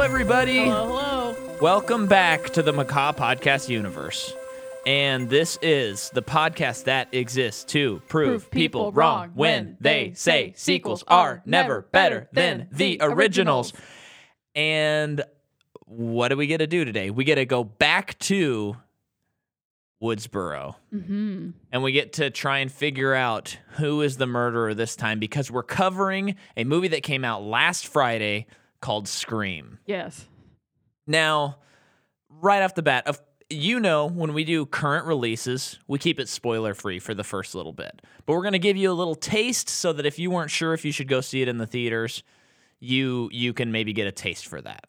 everybody. Hello, hello. Welcome back to the Macaw Podcast Universe. And this is the podcast that exists to prove, people, wrong, when they say sequels are never better than the originals. And what do we get to do today? We get to go back to Woodsboro. Mm-hmm. and we get to try and figure out who is the murderer this time because we're covering a movie that came out last Friday called Scream. Yes. Now, right off the bat, of you know, when we do current releases, we keep it spoiler free for the first little bit. But we're going to give you a little taste so that if you weren't sure if you should go see it in the theaters, you you can maybe get a taste for that.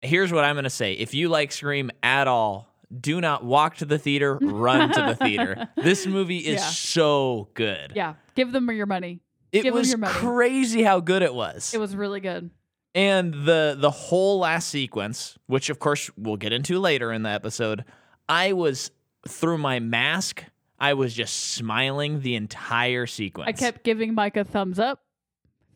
Here's what I'm going to say. If you like Scream at all, do not walk to the theater, run to the theater. This movie is Yeah. so good. Yeah. Give them your money. it give 'em was your money. crazy how good it was It was really good. and the the whole last sequence which of course we'll get into later in the episode i was through my mask i was just smiling the entire sequence I kept giving Mike a thumbs up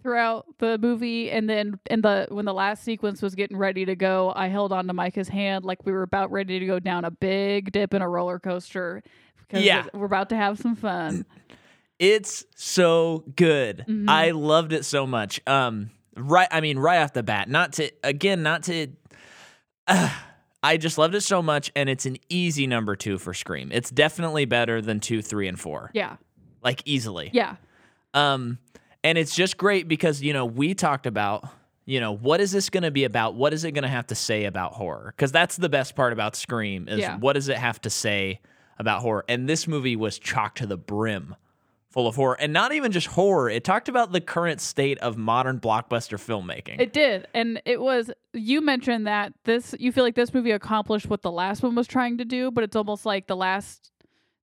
throughout the movie, and then in the when the last sequence was getting ready to go, I held on to Micah's hand like we were about ready to go down a big dip in a roller coaster. Because Yeah. we're about to have some fun. it's so good Mhm. i loved it so much um right i mean right off the bat not to again not to i just loved it so much and it's an easy number two for scream it's definitely better than two three and four Yeah. like easily Yeah. Um, and it's just great because, you know, we talked about, you know, what is this going to be about? What is it going to have to say about horror? Because that's the best part about Scream is Yeah. what does it have to say about horror? And this movie was chocked to the brim full of horror. And not even just horror, it talked about the current state of modern blockbuster filmmaking. It did. And it was you mentioned that this you feel like this movie accomplished what the last one was trying to do, but it's almost like the last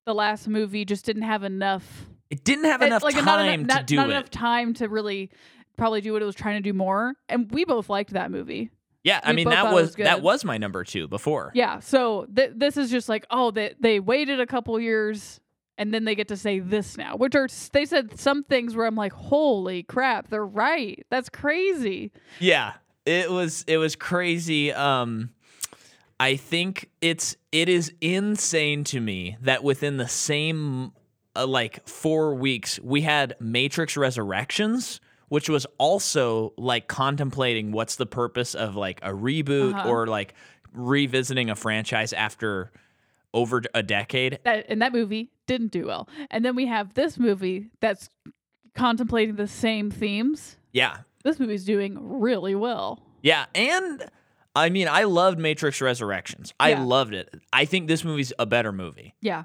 the last movie just didn't have enough It didn't have it- enough like time not enough, to not, do not it. enough time to really probably do what it was trying to do more. And we both liked that movie. yeah, I we mean both that thought it was was good. that was my number 2 before. Yeah. So th- this is just like, oh, they they waited a couple years and then they get to say this now, which are they said some things where I'm like, holy crap, they're right. That's crazy. Yeah, it was it was crazy. Um, I think it's it is insane to me that within the same uh, like four weeks we had Matrix Resurrections, which was also like contemplating what's the purpose of like a reboot Uh-huh. or like revisiting a franchise after over a decade. That and that movie didn't do well. And then we have this movie that's contemplating the same themes. Yeah, This movie's doing really well. Yeah, and I mean, I loved Matrix Resurrections. I Yeah. loved it. I think this movie's a better movie. Yeah.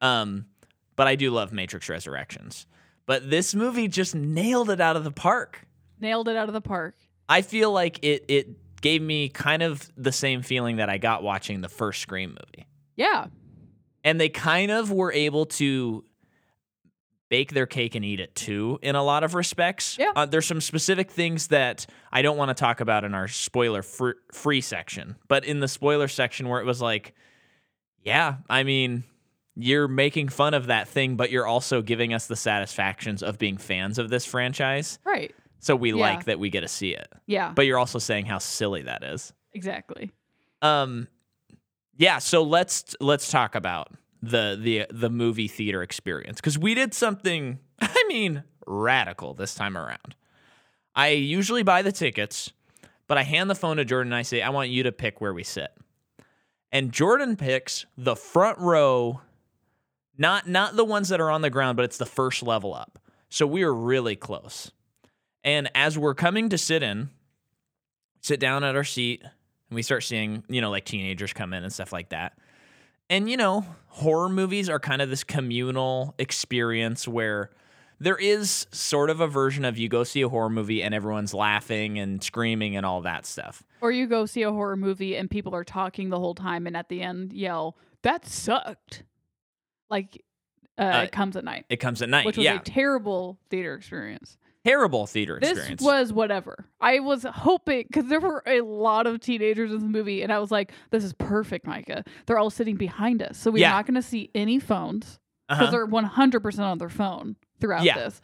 Um, but I do love Matrix Resurrections. But this movie just nailed it out of the park. Nailed it out of the park. I feel like it it gave me kind of the same feeling that I got watching the first Scream movie. Yeah. And they kind of were able to bake their cake and eat it too in a lot of respects. Yeah. Uh, there's some specific things that I don't want to talk about in our spoiler fr- free section, but in the spoiler section where it was like, yeah, I mean, you're making fun of that thing, but you're also giving us the satisfactions of being fans of this franchise. Right. So we Yeah. like that we get to see it. Yeah. But you're also saying how silly that is. exactly. Um, yeah. So let's let's talk about the the the movie theater experience because we did something. I mean, radical this time around. I usually buy the tickets, but I hand the phone to Jordan and I say, "I want you to pick where we sit." And Jordan picks the front row, not not the ones that are on the ground, but it's the first level up. So we are really close. And as we're coming to sit in, sit down at our seat, and we start seeing, you know, like teenagers come in and stuff like that. And, you know, horror movies are kind of this communal experience where there is sort of a version of you go see a horror movie and everyone's laughing and screaming and all that stuff. Or you go see a horror movie and people are talking the whole time, and at the end yell, "That sucked!" Like uh, Uh, it comes at night, It comes at night. which was yeah. a terrible theater experience. Terrible theater This experience. was whatever. I was hoping because there were a lot of teenagers in the movie, and I was like, "This is perfect, Micah. They're all sitting behind us, so we're Yeah. not going to see any phones because Uh-huh. they're one hundred percent on their phone throughout Yeah. this."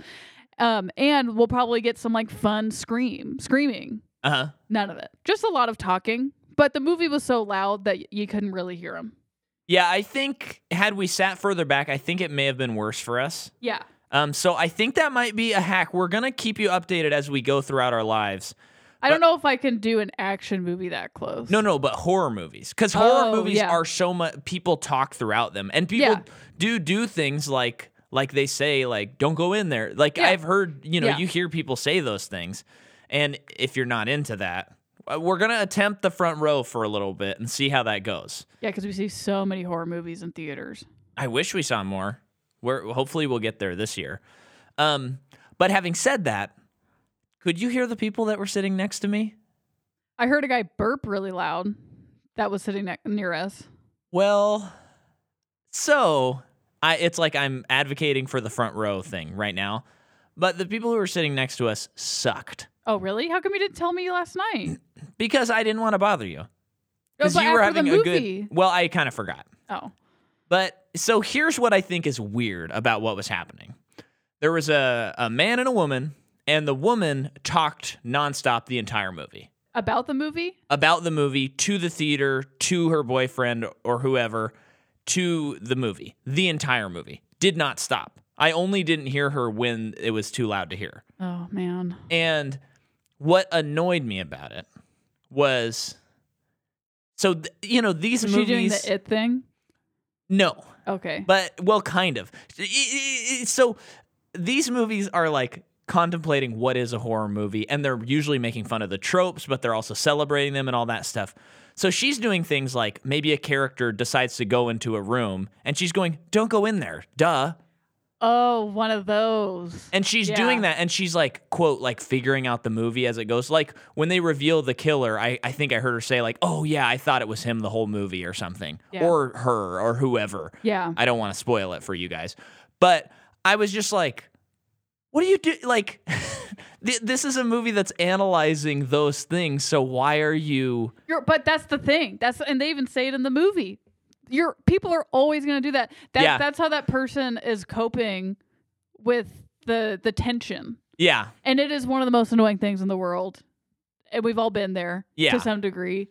Um, and we'll probably get some like fun scream screaming Uh huh. None of it. Just a lot of talking. But the movie was so loud that y- you couldn't really hear him. Yeah, I think had we sat further back, I think it may have been worse for us. Yeah. Um, so I think that might be a hack. We're gonna keep you updated as we go throughout our lives. I don't know if I can do an action movie that close. No, no, but horror movies, because horror Oh, movies yeah. are so much. People talk throughout them, and people Yeah. do do things like like they say like don't go in there. Like Yeah. I've heard, you know, Yeah. you hear people say those things, and if you're not into that, uh, we're gonna attempt the front row for a little bit and see how that goes. Yeah, because we see so many horror movies in theaters. I wish we saw more. We're hopefully we'll get there this year. Um, but having said that, could you hear the people that were sitting next to me? I heard a guy burp really loud that was sitting ne- near us. Well, so I it's like I'm advocating for the front row thing right now. But the people who were sitting next to us sucked Oh, really? How come you didn't tell me last night? because I didn't want to bother you. Oh, Because but you were after the having a movie. good Well, I kind of forgot. Oh, But so here's what I think is weird about what was happening. There was a, a man and a woman, and the woman talked nonstop the entire movie about the movie? about the movie to the theater, to her boyfriend or whoever, to the movie. The entire movie did not stop. I only didn't hear her when it was too loud to hear. Oh man. And what annoyed me about it was so, th- you know, these Was she doing movies. the it thing? no. Okay. But well, kind of. I- I- I- So these movies are like contemplating what is a horror movie, and they're usually making fun of the tropes, but they're also celebrating them and all that stuff. So she's doing things like maybe a character decides to go into a room, and she's going, "Don't go in there, duh." oh, one of those. And she's Yeah. doing that, and she's like, quote, like figuring out the movie as it goes. Like when they reveal the killer, I, I think I heard her say like, "Oh yeah, I thought it was him the whole movie or something, Yeah. or her or whoever." yeah. I don't want to spoil it for you guys, but I was just like, what do you do? Like, th- this is a movie that's analyzing those things. So why are you? You're, but that's the thing. That's and they even say it in the movie. Your people are always going to do that. That Yeah. that's how that person is coping with the the tension. Yeah, And it is one of the most annoying things in the world. And we've all been there Yeah. to some degree.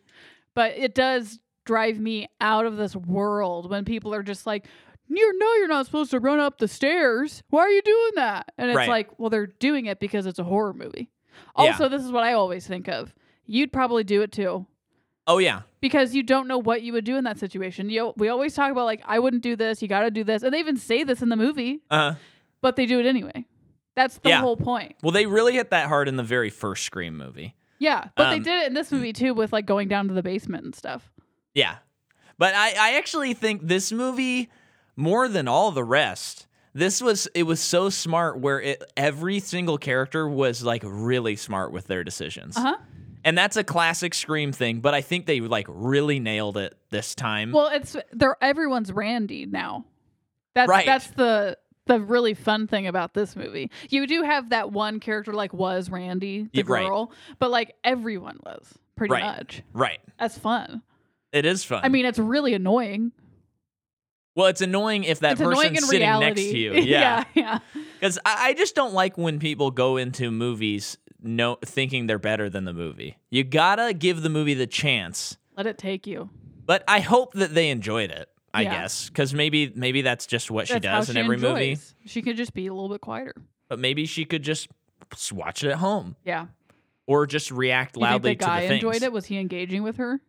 But it does drive me out of this world when people are just like, you know you're not supposed to run up the stairs. Why are you doing that? And it's Right. like, well, they're doing it because it's a horror movie. Yeah. Also, this is what I always think of. You'd probably do it too oh yeah, because you don't know what you would do in that situation. You we always talk about like I wouldn't do this, you got to do this. And they even say this in the movie, uh, but they do it anyway. That's the Yeah. whole point. well they really hit that hard in the very first Scream movie. Yeah, but they Um, did it in this movie too with like going down to the basement and stuff. Yeah. But I, I actually think this movie, more than all the rest, this was it was so smart where it, every single character was like really smart with their decisions. Uh-huh. And that's a classic Scream thing, but I think they like really nailed it this time. Well, it's they're everyone's Randy now. That's Right. that's the the really fun thing about this movie. You do have that one character like was Randy, the Yeah, right. girl, but like everyone was pretty Right. much. right. That's fun. It is fun. I mean, it's really annoying. well, it's annoying if that it's person annoying in sitting reality. next to you. yeah, Yeah. yeah. Because I, I just don't like when people go into movies no thinking they're better than the movie. You gotta give the movie the chance Let it take you. But I hope that they enjoyed it. I Yeah. guess because maybe maybe that's just what she That's how does in every movie. enjoys. She could just be a little bit quieter. But maybe she could just s- watch it at home Yeah. or just react You think loudly the guy to the things. enjoyed it? Was he engaging with her?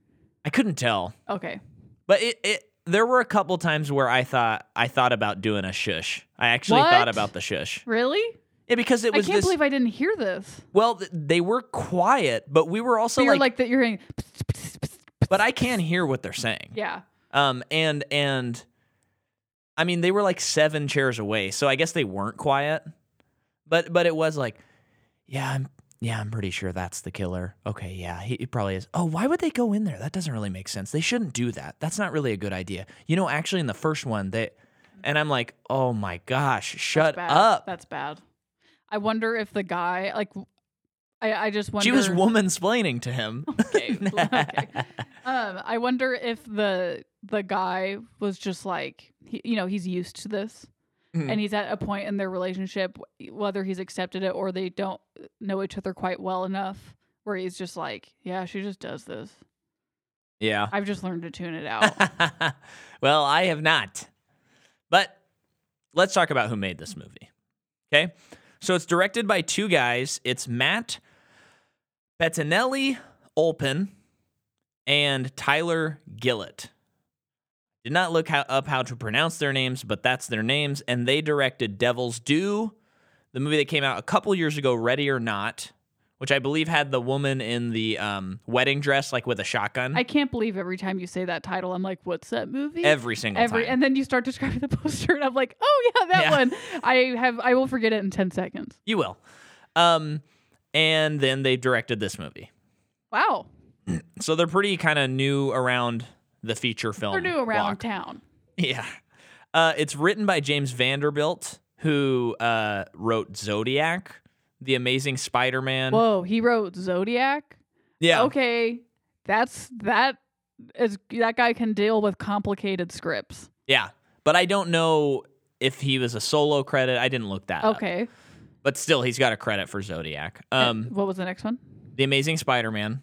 I couldn't tell, Okay. but it, it there were a couple times where I thought I thought about doing a shush. I actually What? thought about the shush. Really? Yeah, because it I was can't this. believe I didn't hear this. well, th- they were quiet, but we were also So you're like, like, that you're hearing. pss, pss, pss, pss. but I can hear what they're saying. Yeah. Um, and and I mean they were like seven chairs away, so I guess they weren't quiet. But but it was like, yeah, I'm yeah, I'm pretty sure that's the killer. Okay, yeah, he, he probably is. Oh, why would they go in there? That doesn't really make sense. They shouldn't do that. That's not really a good idea. You know, actually, in the first one, they and I'm like, oh my gosh, shut That's bad. up. That's bad. I wonder if the guy like. I, I just wonder. She was woman splaining to him. okay. okay. Um, I wonder if the the guy was just like he, you know he's used to this, Mm. and he's at a point in their relationship whether he's accepted it or they don't know each other quite well enough where he's just like, yeah, she just does this. Yeah. I've just learned to tune it out. Oh. well, I have not. But let's talk about who made this movie. Okay. So it's directed by two guys. It's Matt Bettinelli Olpin and Tyler Gillett. Did not look how, up how to pronounce their names, but that's their names. And they directed Devil's Due, the movie that came out a couple years ago, Ready or Not, which I believe had the woman in the um, wedding dress, like with a shotgun. I can't believe every time you say that title, I'm like, what's that movie? every single Every- time. and then you start describing the poster, and I'm like, oh yeah, that Yeah. one. I have, I will forget it in ten seconds. You will. Um, and then they directed this movie. Wow, So they're pretty kind of new around the feature film. they're new block. around town. Yeah. Uh, it's written by James Vanderbilt, who uh, wrote Zodiac, The Amazing Spider Man. Whoa, he wrote Zodiac. Yeah. Okay, that's that is that guy can deal with complicated scripts. Yeah. But I don't know if he was a solo credit. I didn't look that up. Okay, But still, he's got a credit for Zodiac. Uh, Um, what was the next one? The Amazing Spider Man.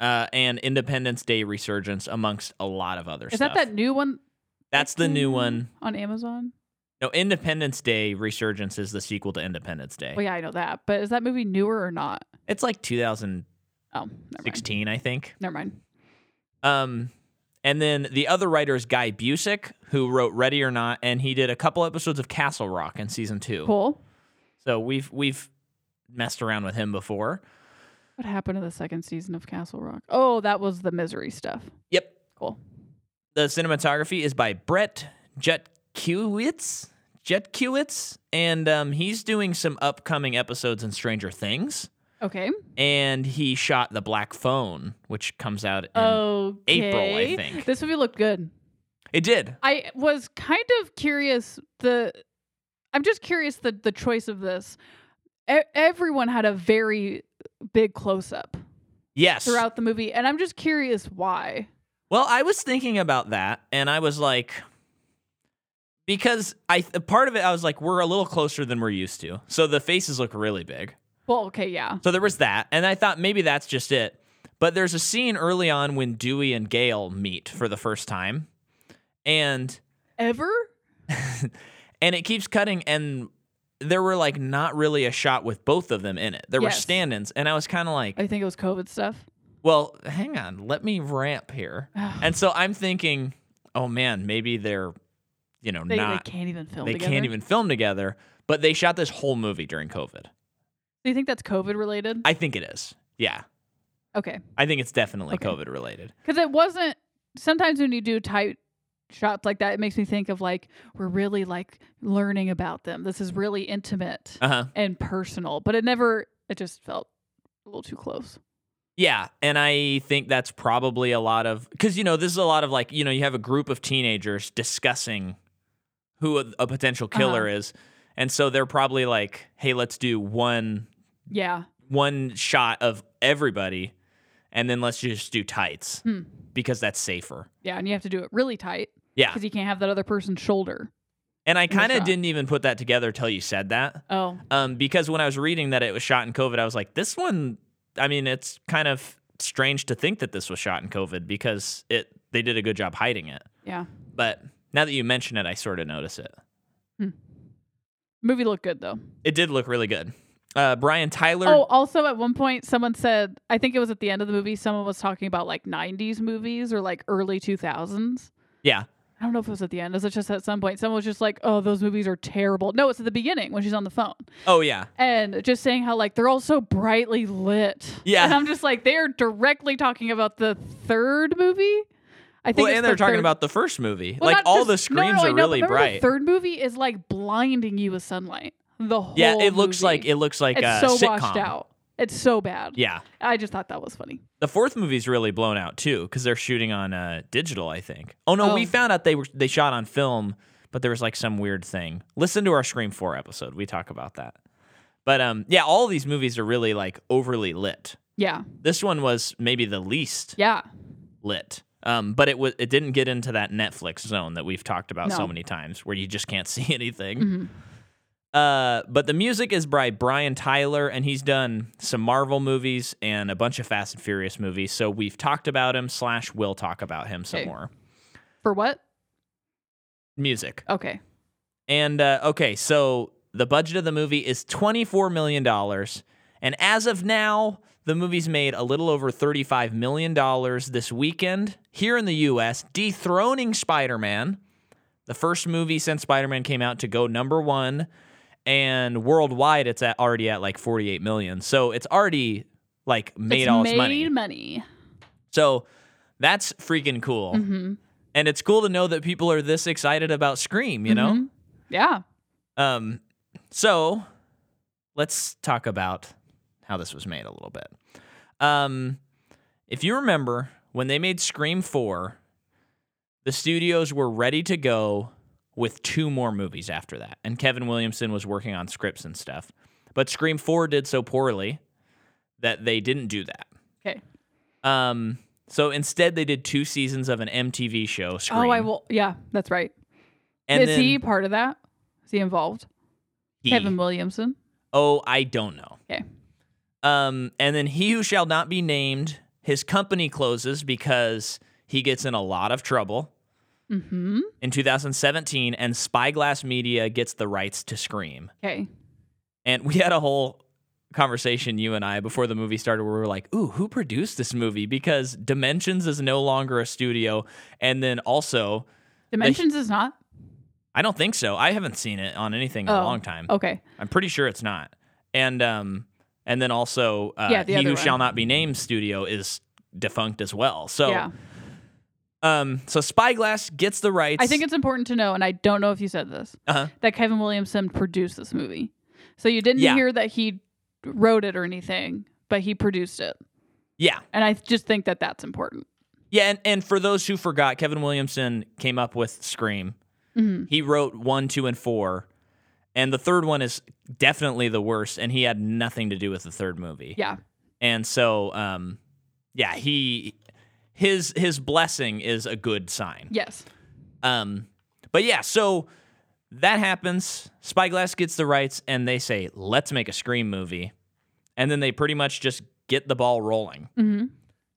Uh, and Independence Day Resurgence, amongst a lot of other Is stuff. that that new one? That's the new one. on Amazon. No, Independence Day Resurgence is the sequel to Independence Day. Well, Oh, yeah, I know that, but is that movie newer or not? It's like 2016, Oh, never mind. I think. Never mind. Um, and then the other writer is Guy Busick, who wrote Ready or Not, and he did a couple episodes of Castle Rock in season two. Cool. So we've we've messed around with him before. What happened to the second season of Castle Rock? Oh, that was the misery stuff. Yep. Cool. The cinematography is by Brett Jetkewitz. Jetkewitz, and um, he's doing some upcoming episodes in Stranger Things. Okay. And he shot The Black Phone, which comes out in Okay. April, I think. This movie looked good. It did. I was kind of curious the I'm just curious the the choice of this. E- everyone had a very big close up Yes. throughout the movie and I'm just curious why. Well, I was thinking about that, and I was like, because I a part of it, I was like, we're a little closer than we're used to, so the faces look really big. Well, okay, yeah. So there was that, and I thought maybe that's just it. But there's a scene early on when Dewey and Gale meet for the first time, and Ever? and it keeps cutting, and there were like not really a shot with both of them in it. There were Yes. stand-ins, and I was kind of like, I think it was COVID stuff. well, hang on, let me ramp here. And so I'm thinking, oh man, maybe they're, you know, They, not they can't even film they together. can't even film together. But they shot this whole movie during COVID. Do you think that's COVID related? I think it is. Yeah, okay. I think it's definitely Okay. COVID related. Because it wasn't. Sometimes when you do tight shots like that, it makes me think of like we're really like learning about them. This is really intimate Uh huh. and personal, but it never. It just felt a little too close. Yeah, and I think that's probably a lot of because you know this is a lot of like you know you have a group of teenagers discussing who a, a potential Uh-huh. killer is, and so they're probably like, hey, let's do one Yeah. one shot of everybody, and then let's just do tights Hmm. because that's safer. Yeah, and you have to do it really tight Yeah. because you can't have that other person's shoulder. And I the kind of shot. didn't even put that together till you said that. Oh, Um, because when I was reading that it was shot in COVID, I was like, this one, I mean, it's kind of strange to think that this was shot in COVID because it they did a good job hiding it. yeah. But now that you mention it, I sort of notice it. Movie looked good though. It did look really good. Uh, Brian Tyler. Oh, also at one point, someone said, I think it was at the end of the movie, someone was talking about like 90s movies or like early 2000s. Yeah. I don't know if it was at the end. Is it just at some point? Someone was just like, "Oh, those movies are terrible." No, it's at the beginning when she's on the phone Oh, yeah. and just saying how like they're all so brightly lit. Yeah. and I'm just like they're directly talking about the third movie. I think Well, it's and the they're talking third- about the first movie. Well, like not all just- the no, no, screens no, are I know, but really remember bright. The third movie is like blinding you with sunlight. The whole yeah, it looks movie. like it looks like it's a so sitcom. washed out. It's so bad. Yeah. I just thought that was funny. The fourth movie's really blown out too because they're shooting on uh, digital, I think. Oh no, we Oh. found out they were they shot on film, but there was like some weird thing. Listen to our Scream Four episode; we talk about that. But um, yeah, all these movies are really like overly lit. Yeah, This one was maybe the least yeah. lit, um, but it was it didn't get into that Netflix zone that we've talked about so No. Mm-hmm. many times where you just can't see anything. Mhm. Uh, but the music is by Brian Tyler, and he's done some Marvel movies and a bunch of Fast and Furious movies. So we've talked about him, slash, we'll talk about him some Okay. more. For what? Music. Okay. And uh, okay, so the budget of the movie is $24 million. And as of now, the movie's made a little over $35 million this weekend here in the US, dethroning Spider Man, the first movie since Spider Man came out to go number one. And worldwide, it's at, already at like 48 million. So it's already like made it's all made its money. money. So that's freaking cool. Mhm. And it's cool to know that people are this excited about Scream, you know? Mhm. Yeah. Um, so let's talk about how this was made a little bit. Um, if you remember when they made Scream 4, the studios were ready to go with two more movies after that. And Kevin Williamson was working on scripts and stuff. But Scream 4 did so poorly that they didn't do that. 'Kay. Um, so instead, they did two seasons of an MTV show, Scream. Oh, I will. Yeah, that's right. And Is then he part of that? Is he involved? he- Kevin Williamson. Oh, I don't know. Okay. Um, and then he who shall not be named, his company closes because he gets in a lot of trouble Mm-hmm. in 2017, and Spyglass Media gets the rights to Scream. Okay. And we had a whole conversation, you and I, before the movie started, where we were like, "Ooh, who produced this movie?" Because Dimensions is no longer a studio, and then also, Dimensions is not. I don't think so. I haven't seen it on anything in a Oh, long time. Okay. I'm pretty sure it's not. And um, and then also, uh, Yeah, the he other who one. shall not be named studio is defunct as well. So, yeah. um, so Spyglass gets the rights. I think it's important to know, and I don't know if you said this, Uh-huh. that Kevin Williamson produced this movie. So you didn't Yeah. hear that he wrote it or anything, but he produced it. yeah, And I just think that that's important. yeah. And and for those who forgot, Kevin Williamson came up with Scream. Mhm. He wrote one, two, and four, and the third one is definitely the worst. And he had nothing to do with the third movie. Yeah. And so, um, yeah, he his his blessing is a good sign. Yes. Um, but yeah, so that happens. Spyglass gets the rights, and they say, "Let's make a Scream movie," and then they pretty much just get the ball rolling. hmm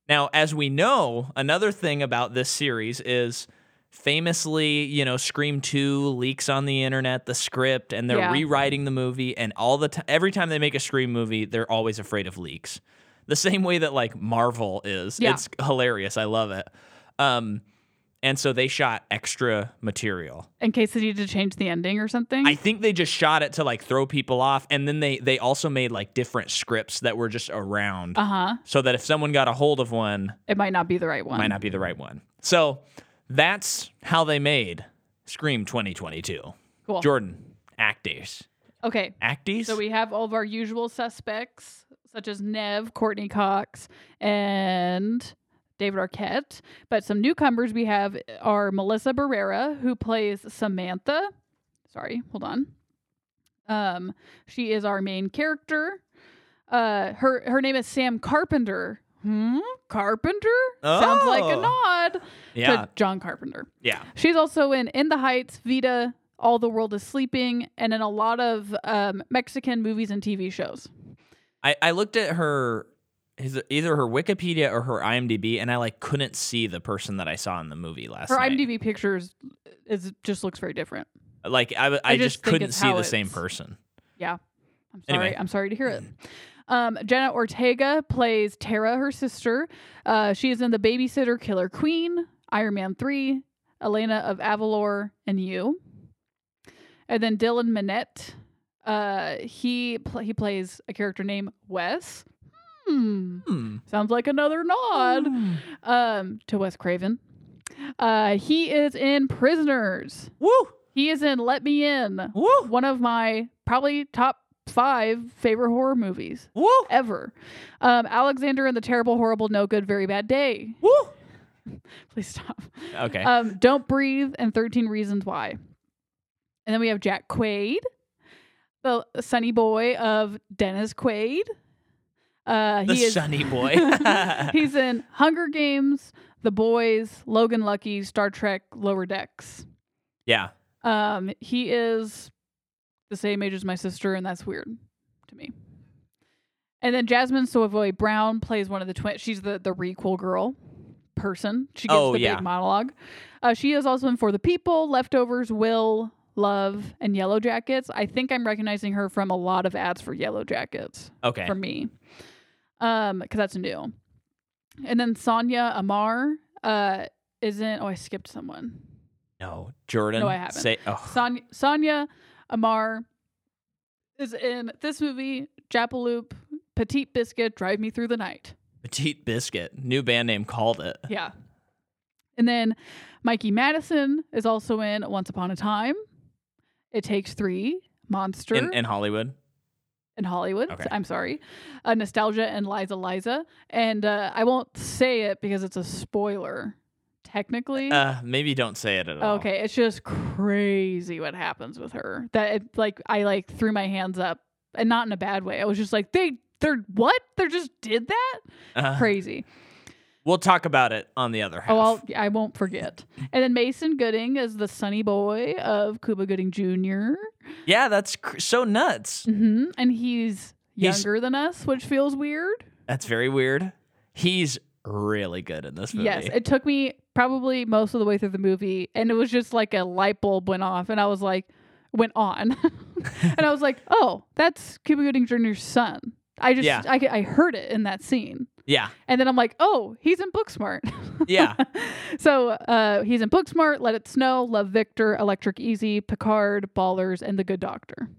Now, as we know, another thing about this series is famously, you know, Scream 2 leaks on the internet the script and they're Yeah. rewriting the movie and all the time every time they make a Scream movie, they're always afraid of leaks. The same way that like Marvel is. Yeah. It's hilarious. I love it. Um and so they shot extra material. In case they needed to change the ending or something. I think they just shot it to like throw people off and then they they also made like different scripts that were just around uh huh. so that if someone got a hold of one, It might not be the right one. might not be the right one. So that's how they made Scream 2022. Cool. Jordan, actors. Okay. Acties? So we have all of our usual suspects, such as Nev, Courtney Cox, and David Arquette. But some newcomers we have are Melissa Barrera, who plays Samantha. Sorry, hold on. Um, she is our main character. Uh, her her name is Sam Carpenter. Hmm, Carpenter sounds like a Oh. nod yeah. to John Carpenter. yeah. She's also in In the Heights, Vita, All the World is Sleeping, and in a lot of um, Mexican movies and TV shows. I, I looked at her, his, either her Wikipedia or her IMDb, and I like couldn't see the person that I saw in the movie last Her night. IMDb pictures is just looks very different. Like, I, I, I just, just think couldn't it's see how the same it's- person. I'm sorry. Anyway. I'm sorry to hear it. Um, Jenna Ortega plays Tara, her sister. Uh, she is in The Babysitter Killer Queen, Iron Man 3, Elena of Avalor, and You. And then Dylan Minette. Uh, he pl- he plays a character named Wes. Hmm. Hmm. Sounds like another Mm. nod um, to Wes Craven. Uh, he is in Prisoners. Woo! He is in Let Me In, Woo! one of my probably top five favorite horror movies Woo! ever. Um, Alexander and the Terrible, Horrible, No Good, Very Bad Day. Woo! Please stop. Okay. Um, Don't Breathe and 13 Reasons Why. And then we have Jack Quaid, the sunny boy of Dennis Quaid. Uh, the he is sunny boy. He's in Hunger Games, The Boys, Logan Lucky, Star Trek, Lower Decks. yeah. Um, he is the same age as my sister, and that's weird to me. And then Jasmine Savoy Brown plays one of the twins. She's the the requel girl person. She gives Oh, the yeah. big monologue. Uh, she is also in For the People, Leftovers, Will, Love, and Yellow Jackets. I think I'm recognizing her from a lot of ads for Yellow Jackets Okay. for me um because that's new and then sonia amar uh isn't oh i skipped someone No, Jordan. No, I haven't. Say, oh, Son- sonia amar is in this movie japaloop petite biscuit drive me through the night Petite Biscuit. New band name called it. yeah and then mikey madison is also in once upon a time it takes three monster In, in Hollywood. in Hollywood. Okay. I'm sorry. Uh, Nostalgia and Liza Liza. And uh, I won't say it because it's a spoiler, technically. Uh, maybe don't say it at all. okay, it's just crazy what happens with her. That it, like I like threw my hands up and not in a bad way. I was just like, they they're what? They just did that? Uh, Crazy. we'll talk about it on the other half. Oh, I'll, I won't forget. And then Mason Gooding is the sunny boy of Cuba Gooding junior yeah, that's cr- so nuts. Mm-hmm. And he's He's- younger than us, which feels weird. That's very weird. He's really good in this movie. Yes, it took me probably most of the way through the movie, and it was just like a light bulb went off, and I was like, went on, and I was like, oh, that's Cuba Gooding Jr.'s son. I just Yeah. I, I heard it in that scene, yeah, and then I'm like, oh, he's in Booksmart. yeah. so uh, he's in Booksmart, Let It Snow, Love Victor, Electric Easy, Picard, Ballers, and The Good Doctor.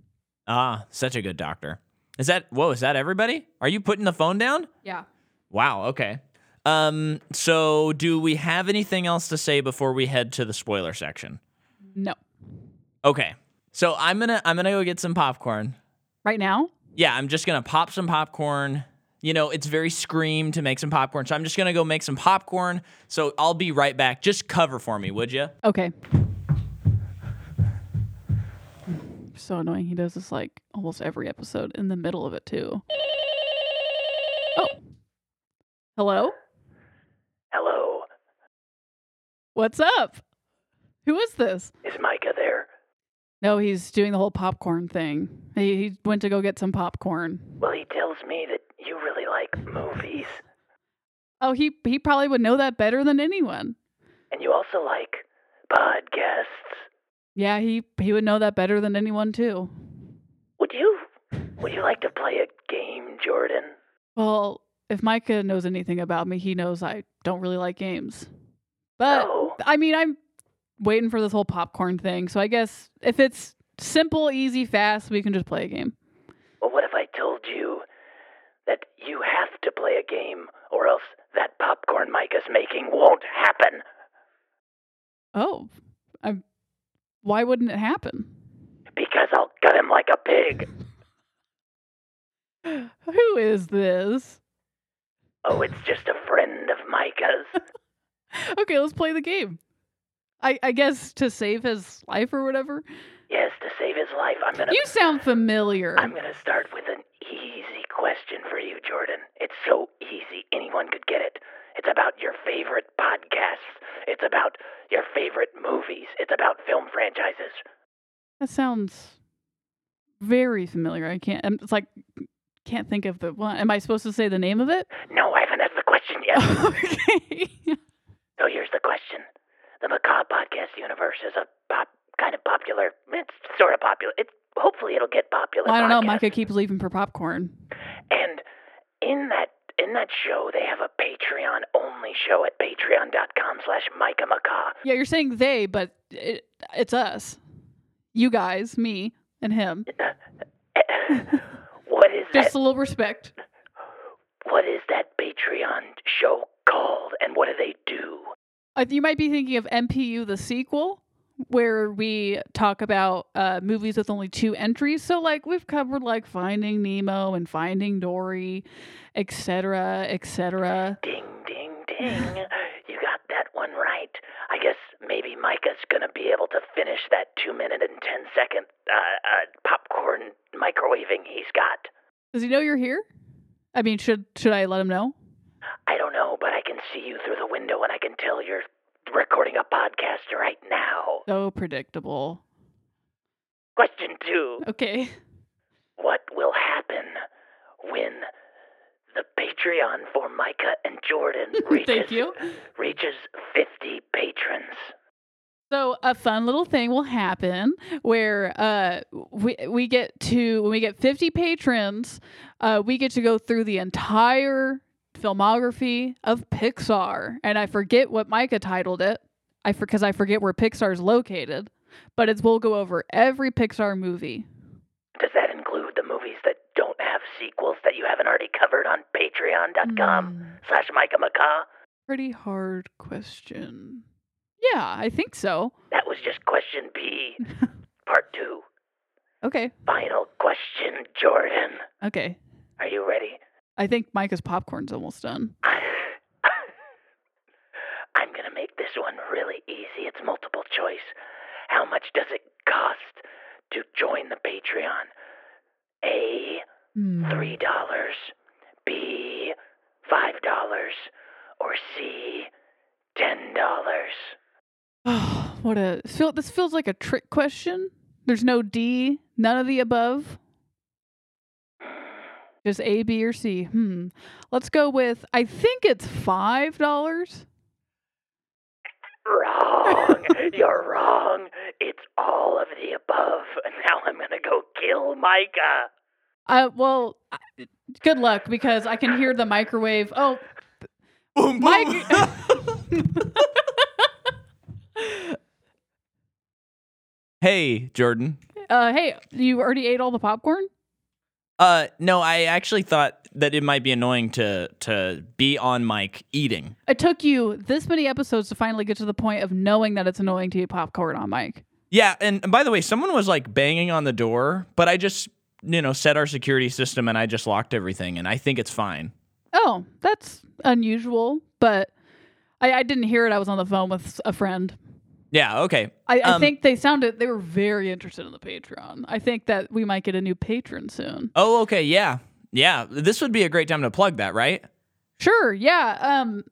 ah, such a good doctor. Is that whoa? Is that everybody? Are you putting the phone down? Yeah. Wow. Okay. Um. So, do we have anything else to say before we head to the spoiler section? No. Okay. So I'm gonna I'm gonna go get some popcorn. Right now. Yeah, I'm just gonna pop some popcorn. You know, it's very scream to make some popcorn, so I'm just gonna go make some popcorn. So I'll be right back. Just cover for me, would you? Okay. So annoying. He does this like almost every episode in the middle of it too. Oh. Hello? Hello, What's up? Who is this? is Micah there? No, he's doing the whole popcorn thing. He, he went to go get some popcorn. Well, he tells me that you really like movies, Oh, he he probably would know that better than anyone. and you also like podcasts. Yeah, he he would know that better than anyone too. Would you would you like to play a game, Jordan? Well, if Micah knows anything about me, he knows I don't really like games. But no. I mean, I'm waiting for this whole popcorn thing. So I guess if it's simple, easy, fast, we can just play a game. Well, what if I told you that you have to play a game, or else that popcorn Micah's making won't happen? Oh, I, why wouldn't it happen? Because I'll gut him like a pig. Who is this? Oh, it's just a friend of Micah's. Okay, let's play the game. I, I guess to save his life or whatever. yes, to save his life, I'm gonna. You sound familiar. I'm going to start with an easy question for you, Jordan. It's so easy, anyone could get it. It's about your favorite podcasts. It's about your favorite movies. It's about film franchises. That sounds very familiar. I can't. I'm- It's like can't think of the one. Am I supposed to say the name of it? No, I haven't asked the question yet. okay. so here's the question The Macaw Podcast universe is a pop, kind of popular. It's sort of popular. It's, hopefully, it'll get popular. Well, I don't know. podcast. Micah keeps leaving for popcorn. And in that in that show, they have a Patreon only show at patreon.com slash Micah Macaw. Yeah, you're saying they, but it, it's us. You guys, me, and him. What is that? Just a little respect. What is that Patreon show called and what do they do? Uh, you might be thinking of MPU, the sequel, where we talk about uh, movies with only two entries. So, like, we've covered like Finding Nemo and Finding Dory, etc., etc. Ding, ding, ding. You got that one right. I guess maybe Micah's going to be able to finish that two minute and ten second uh, uh, popcorn microwaving he's got. Does he know you're here? I mean, should should I let him know? I don't know, but I can see you through the window and I can tell you're recording a podcast right now. So predictable. Question two Okay. What will happen when the Patreon for Micah and Jordan reaches, Thank you. reaches 50 patrons? So a fun little thing will happen where uh, we we get to when we get 50 patrons, uh, we get to go through the entire filmography of Pixar, and I forget what Micah titled it. I because I forget where Pixar is located, but it's we'll go over every Pixar movie. Does that include the movies that don't have sequels that you haven't already covered on patreon.com Hmm. slash Micah Macaw? Pretty hard question. Yeah, I think so. That was just question B, part two. Okay, Final question, Jordan. okay. Are you ready? I think Micah's popcorn's almost done. I'm going to make this one really easy. It's multiple choice. How much does it cost to join the Patreon? A, Hmm. $3, B, $5, or C, $10. Oh, what a feel, this feels like a trick question. There's no D, none of the above. Just A, B, or C. Hmm. Let's go with I think it's five dollars. Wrong. You're wrong. It's all of the above. Now I'm going to go kill Micah. Uh, well, I, good luck because I can hear the microwave. Oh, Boom, boom. Mike- hey, Jordan. uh, hey, you already ate all the popcorn. Uh, no, I actually thought that it might be annoying to to be on mic eating. It took you this many episodes to finally get to the point of knowing that it's annoying to eat popcorn on mic. Yeah, and, and by the way, someone was like banging on the door, but I just you know set our security system and I just locked everything, and I think it's fine. Oh, that's unusual, but I, I didn't hear it. I was on the phone with a friend. Yeah. Okay. I, I Um, think they sounded they were very interested in the Patreon. I think that we might get a new patron soon. Oh, okay. Yeah. Yeah. This would be a great time to plug that, right? Sure, yeah. Um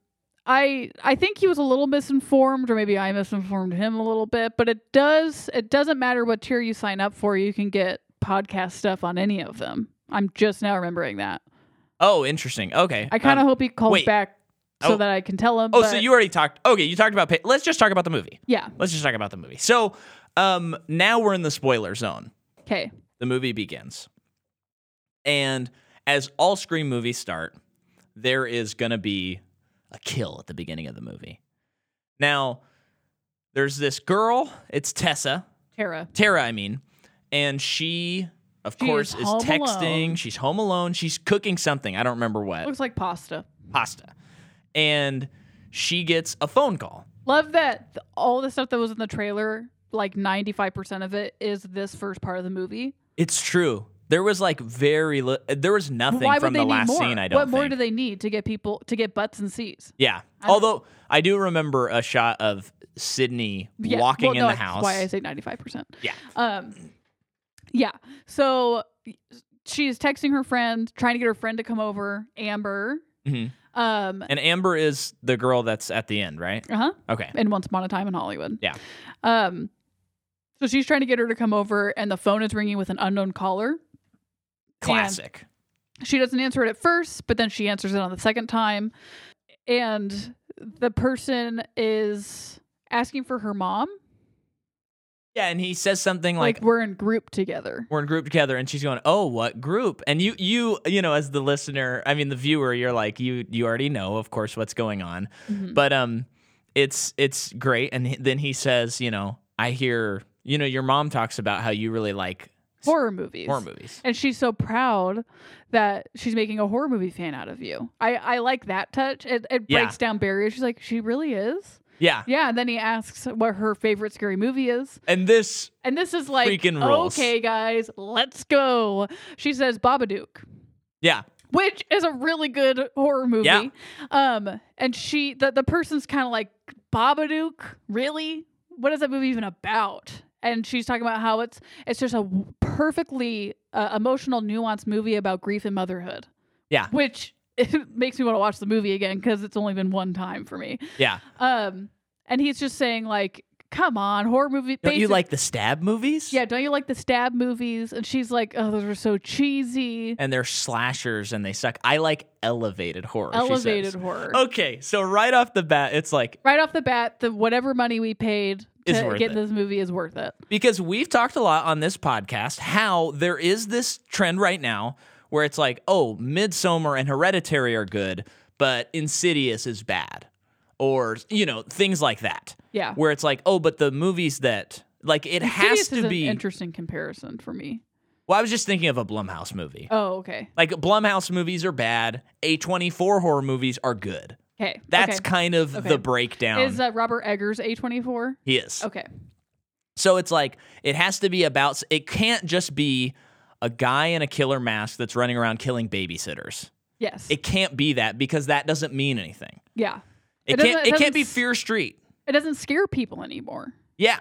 I I think he was a little misinformed or maybe I misinformed him a little bit, but it does it doesn't matter what tier you sign up for, you can get podcast stuff on any of them. I'm just now remembering that. Oh, interesting. Okay. I kind of Um, hope he calls wait. back so Oh. that I can tell him. Oh, so but- you already talked. Okay, you talked about. Pa- Let's just talk about the movie. Yeah. Let's just talk about the movie. So, um, now we're in the spoiler zone. Okay. the movie begins. And as all Scream movies start, there is going to be a kill at the beginning of the movie. Now, there's this girl, it's Tessa, Tara. Tara, I mean, and she, of She is course, is, home texting. alone. She's home alone. She's cooking something. I don't remember what Looks like pasta. pasta. And she gets a phone call. Love that th- all the stuff that was in the trailer, like 95% of it is this first part of the movie. It's true. There was like very li- there was nothing Why from would they the need last more? scene. I don't. what more think. do they need to get people to get butts and seats? Yeah. I don't- Although I do remember a shot of Sydney Yeah, walking well, in no, the that's house. Why I say 95%. yeah. Um, yeah. So she's texting her friend, trying to get her friend to come over, Amber. Mhm. Um, And Amber is the girl that's at the end, right? uh huh. Okay. And Once Upon a Time in Hollywood. Yeah. Um, so she's trying to get her to come over, and the phone is ringing with an unknown caller. Classic. she doesn't answer it at first, but then she answers it on the second time. And the person is asking for her mom. yeah, and he says something Like, like, we're in group together. we're in group together and she's going, "Oh, what group?" And you you you know as the listener, I mean the viewer, you're like, you you already know of course what's going on. Mhm. But um it's it's great and he- then he says, you know, I hear, you know, your mom talks about how you really like Horror movies. horror movies. And she's so proud that she's making a horror movie fan out of you. I, I like that touch. It, it Yeah. breaks down barriers. She's like, she really is? Yeah. Yeah. And then he asks what her favorite scary movie is. And this And this is like, Freaking rules. okay, guys, let's go. She says, Babadook. yeah. which is a really good horror movie. Yeah. Um, and she the the person's kind of like Babadook, really? What is that movie even about? And she's talking about how it's it's just a w- perfectly uh, emotional, nuanced movie about grief and motherhood. Yeah. which makes me want to watch the movie again because it's only been one time for me. Yeah. Um, and he's just saying like, come on, horror movie. Don't you basic- like the stab movies? Yeah, don't you like the stab movies? And she's like, oh, those were so cheesy. And they're slashers and they suck. I like elevated horror. she says. Elevated horror. Okay, so right off the bat, it's like Right off the bat, the whatever money we paid Is to worth get it. this movie is worth it. because we've talked a lot on this podcast how there is this trend right now where it's like, oh, Midsummer and Hereditary are good, but Insidious is bad, or you know things like that. Yeah. Where it's like, oh, but the movies that like it has Insidious is to an be. interesting comparison for me. well, I was just thinking of a Blumhouse movie. Oh, okay. Like Blumhouse movies are bad. A twenty four horror movies are good. Okay. That's okay. kind of Okay. the breakdown. Is uh, Robert Eggers A24? he is. Okay. So it's like it has to be about it can't just be a guy in a killer mask that's running around killing babysitters. Yes. It can't be that because that doesn't mean anything. yeah. It It, doesn't- can't it it can't be doesn't s- Fear Street. It doesn't scare people anymore. Yeah.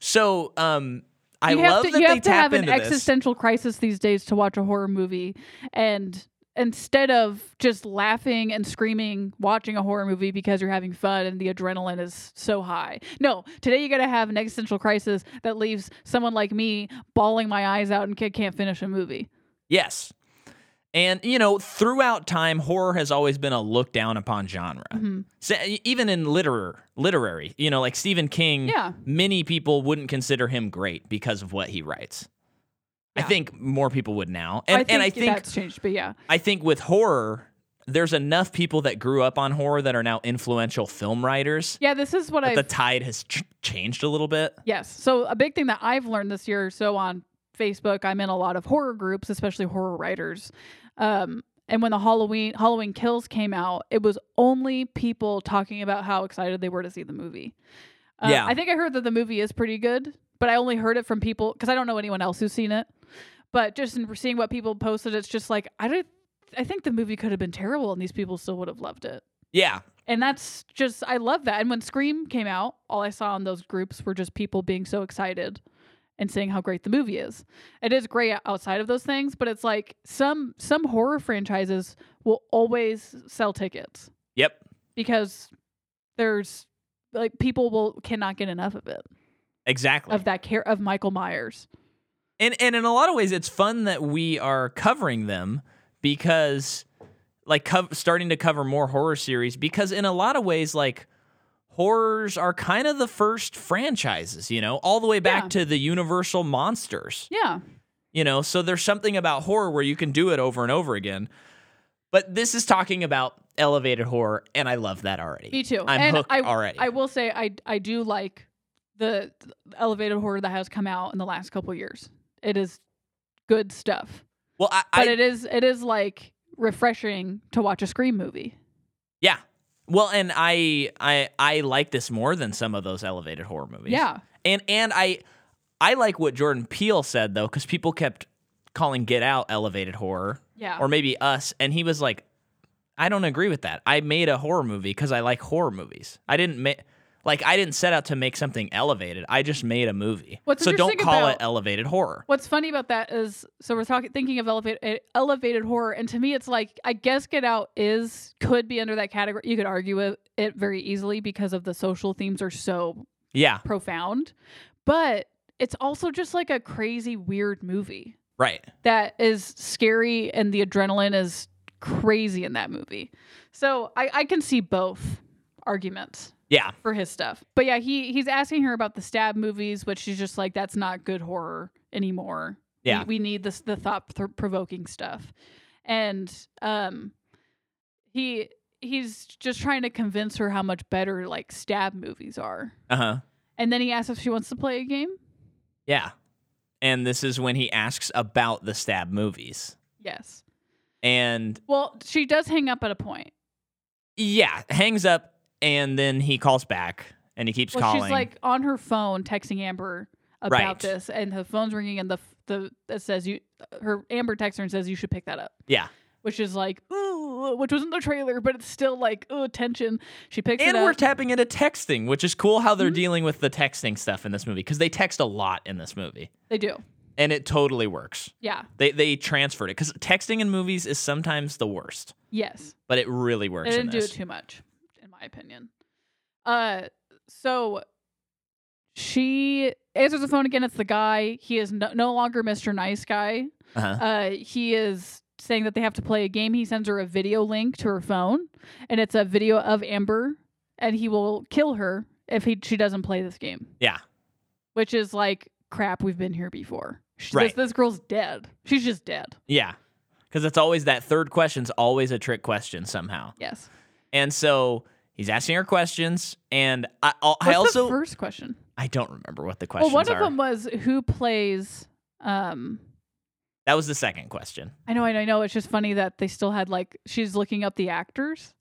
So um I you have love to, that you they have to tap have an into this. existential crisis these days to watch a horror movie and instead of just laughing and screaming watching a horror movie because you're having fun and the adrenaline is so high no today you gotta have an existential crisis that leaves someone like me bawling my eyes out and ca- can't finish a movie Yes. And you know, throughout time, horror has always been a look down upon genre. Mhm. So, even in literar literary, you know, like Stephen King, Yeah. many people wouldn't consider him great because of what he writes. I Yeah. Oh, think more people would now, and I think and I think that's changed but yeah I think with horror, there's enough people that grew up on horror that are now influential film writers. yeah this is what That i the tide has ch- changed a little bit. Yes. So a big thing that I've learned this year, so on Facebook, I'm in a lot of horror groups, especially horror writers. Um, and when the Halloween Halloween Kills came out, it was only people talking about how excited they were to see the movie. Uh, Yeah. I think I heard that the movie is pretty good, but I only heard it from people because I don't know anyone else who's seen it. But just in seeing what people posted, it's just like I don't. I think the movie could have been terrible, and these people still would have loved it. Yeah, And that's just I love that. And when Scream came out, all I saw in those groups were just people being so excited and saying how great the movie is. It is great outside of those things, but it's like some some horror franchises will always sell tickets yep. because there's like people will cannot get enough of it Exactly. of that care of Michael Myers. and and in a lot of ways it's fun that we are covering them because like cov- starting to cover more horror series because in a lot of ways like horrors are kind of the first franchises you know all the way back Yeah. to the universal monsters Yeah. you know so there's something about horror where you can do it over and over again but this is talking about elevated horror and i love that already Me too. i'm and hooked I, already I will say I I do like the elevated horror that has come out in the last couple years. It is good stuff, well i, but I it is it is like refreshing to watch a scream movie. yeah well and i i i like this more than some of those elevated horror movies Yeah, And and I I like what Jordan Peele said though, because people kept calling Get Out elevated horror, yeah, or maybe us, and he was like, I don't agree with that. I made a horror movie because I like horror movies. I didn't make like I didn't set out to make something elevated. I just made a movie. What's so don't interesting call it about- elevated horror. What's funny about that is, so we're talking, thinking of elevated, elevated horror, and to me, it's like I guess Get Out is could be under that category. You could argue it, it very easily because of the social themes are so Yeah, profound, but it's also just like a crazy, weird movie right. that is scary, and the adrenaline is crazy in that movie. So I, I can see both arguments Yeah. for his stuff. But yeah, he he's asking her about the stab movies, which she's just like, that's not good horror anymore. We- Yeah. we, need this the thought th- provoking stuff, and um, he he's just trying to convince her how much better like stab movies are. Uh-huh. And then he asks if she wants to play a game. Yeah. And this is when he asks about the stab movies. Yes. And Well, she does hang up at a point. yeah, hangs up and then he calls back and he keeps Well, calling. she's like on her phone texting Amber about Right. this, and the phone's ringing, and the the it says you her Amber texts her and says you should pick that up. Yeah. which is like ooh, which wasn't the trailer, but it's still like ooh tension. She picks And it we're up. Mm-hmm. tapping into texting, which is cool how they're dealing with the texting stuff in this movie because they text a lot in this movie, they do, and it totally works. yeah, They they transferred it because texting in movies is sometimes the worst, yes. but it really works. They in didn't do this. it too much, in my opinion. Uh, so She answers the phone again. It's the guy. He is no, no longer Mr. Nice Guy. Uh-huh. Uh, he is saying that they have to play a game. He sends her a video link to her phone, and it's a video of Amber, and he will kill her if he she doesn't play this game. Yeah. Which is like crap. We've been here before. She, Right. this, this girl's dead. She's just dead. Yeah. Because it's always that third question's always a trick question somehow. Yes. And so he's asking her questions. And I, I, I What's also, the first question. I don't remember what the questions well, one are. of them was who plays. Um, that was the second question. I know, I know, I know. It's just funny that they still had like she's looking up the actors.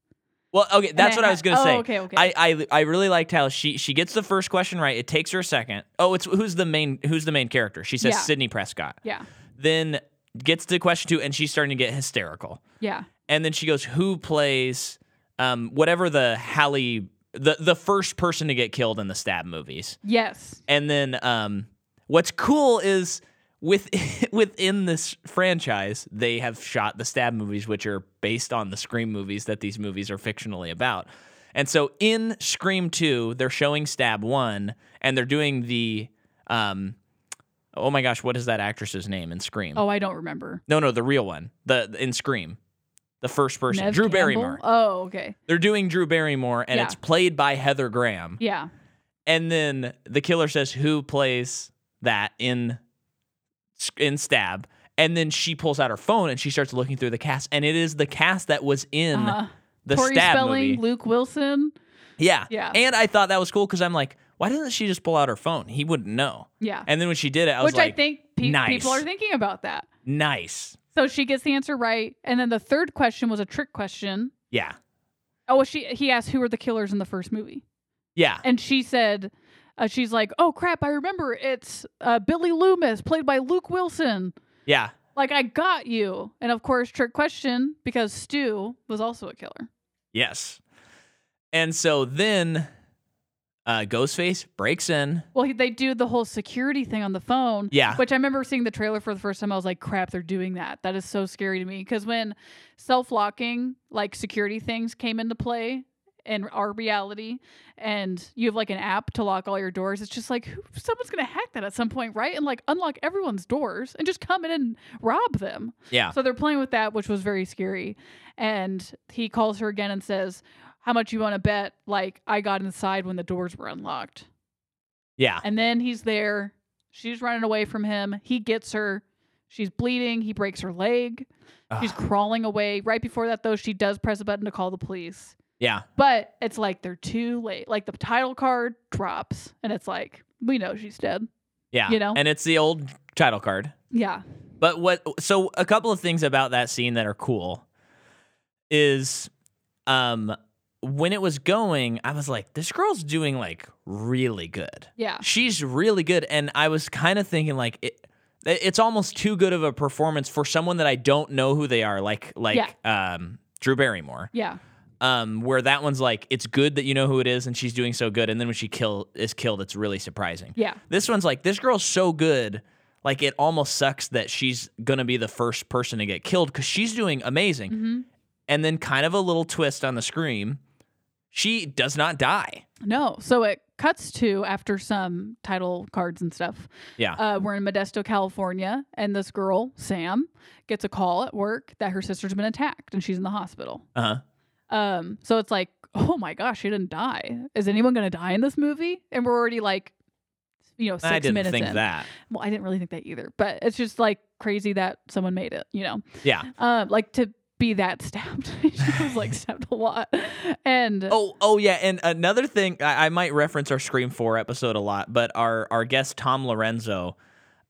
Well, okay, And that's it what I ha- was going to oh, say. Okay, okay. I, I I really liked how she she gets the first question right. It takes her a second. Oh, it's who's the main who's the main character? She says Yeah. Sydney Prescott. yeah, Then gets to question two, and she's starting to get hysterical. yeah, And then she goes, "Who plays um whatever the Hallie the the first person to get killed in the stab movies?" yes, And then um, what's cool is with within this franchise, they have shot the stab movies, which are based on the Scream movies that these movies are fictionally about. And so in Scream Two, they're showing Stab One, and they're doing the um, oh my gosh, what is that actress's name in Scream? Oh, I don't remember. No, no, the real one, the in Scream, the first person, Nev Drew Campbell? Barrymore. Oh, okay. They're doing Drew Barrymore, and Yeah. it's played by Heather Graham. Yeah, And then the killer says, "Who plays that in in Stab?" And then she pulls out her phone and she starts looking through the cast, and it is the cast that was in uh, the Tori Stab Spelling, movie. Luke Wilson. Yeah, Yeah. And I thought that was cool because I'm like, why doesn't she just pull out her phone? He wouldn't know. Yeah, And then when she did it, I was which like, I think pe- nice. people are thinking about that. nice. So she gets the answer right, and then the third question was a trick question. Yeah, Oh, she he asked who were the killers in the first movie. yeah, and she said uh, she's like oh crap i remember it's uh, billy loomis played by luke wilson yeah. like i got you and of course trick question because stu was also a killer Yes. And so then, uh, Ghostface breaks in. well he, they do the whole security thing on the phone Yeah, which i remember seeing the trailer for the first time i was like crap they're doing that that is so scary to me because when self-locking like security things came into play in our reality and you have like an app to lock all your doors it's just like who, someone's gonna hack that at some point right and like unlock everyone's doors and just come in and rob them yeah, so they're playing with that which was very scary and he calls her again and says how much you want to bet like i got inside when the doors were unlocked yeah, and then he's there. She's running away from him. He gets her. She's bleeding. He breaks her leg. She's Ugh. crawling away. Right before that, though, she does press a button to call the police. yeah. But it's like they're too late. Like the title card drops, and it's like, we know she's dead. Yeah. You know? And it's the old title card. Yeah. But what so a couple of things about that scene that are cool is um when it was going, I was like, this girl's doing like really good. Yeah. She's really good. And I was kind of thinking like it it's almost too good of a performance for someone that I don't know who they are, like like um Drew Barrymore Yeah. um, where that one's like it's good that you know who it is and she's doing so good, and then when she kill is killed, it's really surprising. Yeah. This one's like this girl's so good, like it almost sucks that she's gonna be the first person to get killed because she's doing amazing. hmm And then kind of a little twist on the scream, she does not die. No. So it cuts to after some title cards and stuff. Yeah, Uh, we're in Modesto, California, and this girl, Sam, gets a call at work that her sister's been attacked and she's in the hospital. uh huh, Um, so it's like, oh my gosh, she didn't die. Is anyone gonna die in this movie? And we're already like, you know, six I didn't minutes think in. that. Well, I didn't really think that either, but it's just like crazy that someone made it. You know, Yeah. um, like to be that stabbed. she was like stabbed a lot, and Oh, oh yeah, and another thing I, I might reference our Scream Four episode a lot, but our our guest Tom Lorenzo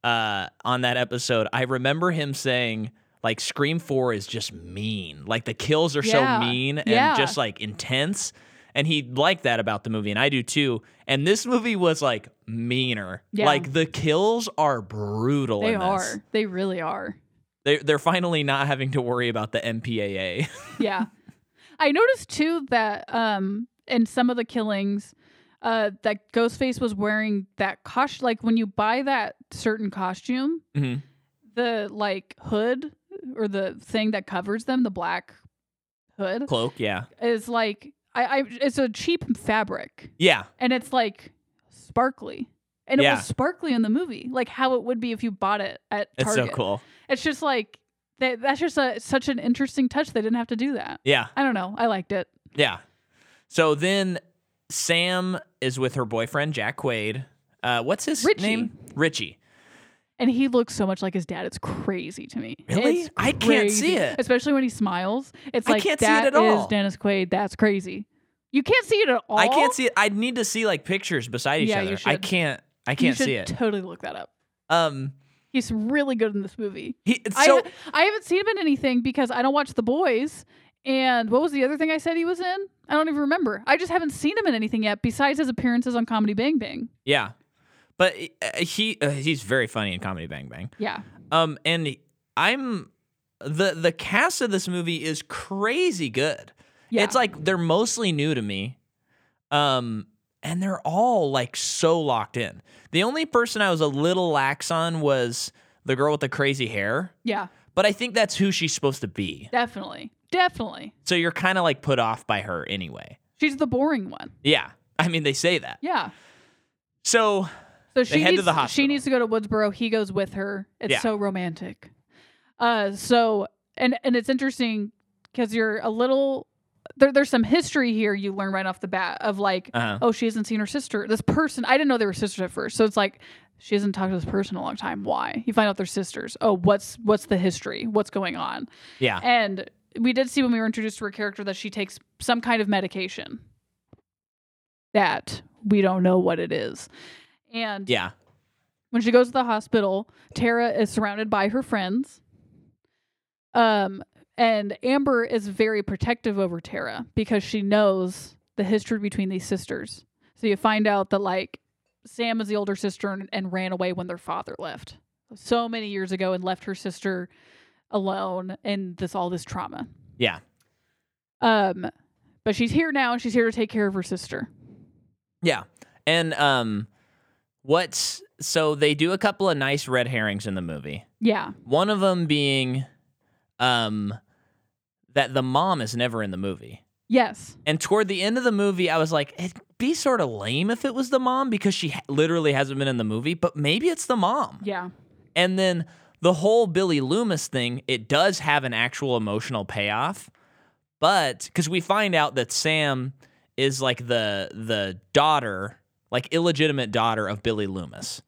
uh, on that episode, I remember him saying like Scream Four is just mean, like the kills are Yeah. so mean and Yeah. just like intense, and he liked that about the movie, and I do too. And this movie was like meaner, Yeah. like the kills are brutal. they in this. are. They really are. They they're finally not having to worry about the MPAA. yeah. I noticed too that um in some of the killings uh that Ghostface was wearing that costume like when you buy that certain costume Mhm. the like hood or the thing that covers them the black hood Cloak, yeah, is like I, I it's a cheap fabric yeah, and it's like sparkly and Yeah. it was sparkly in the movie, like how it would be if you bought it at It's Target. so cool. It's just like that, that's just a, such an interesting touch. They didn't have to do that. Yeah. I don't know. I liked it. Yeah. So then Sam is with her boyfriend, Jack Quaid. Uh, what's his Richie. name? Richie. And he looks so much like his dad. It's crazy to me. Really? It's I can't see crazy. it. Especially when he smiles. It's I like can't see it that at all. is Dennis Quaid. That's crazy. You can't see it at all. I can't see it. I need to see like pictures beside each Yeah, other. you I should. can't. I You can't should see it. Totally look that up. Um. He's really good in this movie. He, so I I haven't seen him in anything because I don't watch The Boys. And what was the other thing I said he was in? I don't even remember. I just haven't seen him in anything yet besides his appearances on Comedy Bang Bang. yeah, but uh, he uh, he's very funny in Comedy Bang Bang. Yeah. Um, and I'm the the cast of this movie is crazy good. Yeah. It's like they're mostly new to me. Um and they're all like so locked in. The only person I was a little lax on was the girl with the crazy hair, yeah, but I think that's who she's supposed to be. definitely. Definitely. So you're kind of like put off by her anyway. She's the boring one. Yeah. I mean, they say that. Yeah. So, So she head to needs, the She hospital. needs to go to Woodsboro. He goes with her. It's Yeah. so romantic. Uh, so and and it's interesting because you're a little there. There's some history here you learn right off the bat of like, uh, oh, she hasn't seen her sister. This person, I didn't know they were sisters at first. So it's like she hasn't talked to this person in a long time. Why? You find out they're sisters. Oh, what's what's the history? What's going on? yeah. And we did see when we were introduced to her character that she takes some kind of medication that we don't know what it is. And Yeah. when she goes to the hospital, Tara is surrounded by her friends. Um, and Amber is very protective over Tara because she knows the history between these sisters. So you find out that like Sam is the older sister and, and ran away when their father left so many years ago and left her sister alone and this all this trauma. Yeah. Um, but she's here now and she's here to take care of her sister. Yeah. And um what's so they do a couple of nice red herrings in the movie. Yeah. One of them being um that the mom is never in the movie. Yes. And toward the end of the movie, I was like, it'd be sort of lame if it was the mom because she ha- literally hasn't been in the movie, but maybe it's the mom. Yeah. And then the whole Billy Loomis thing, it does have an actual emotional payoff. But because we find out that Sam is like the the daughter, like illegitimate daughter of Billy Loomis.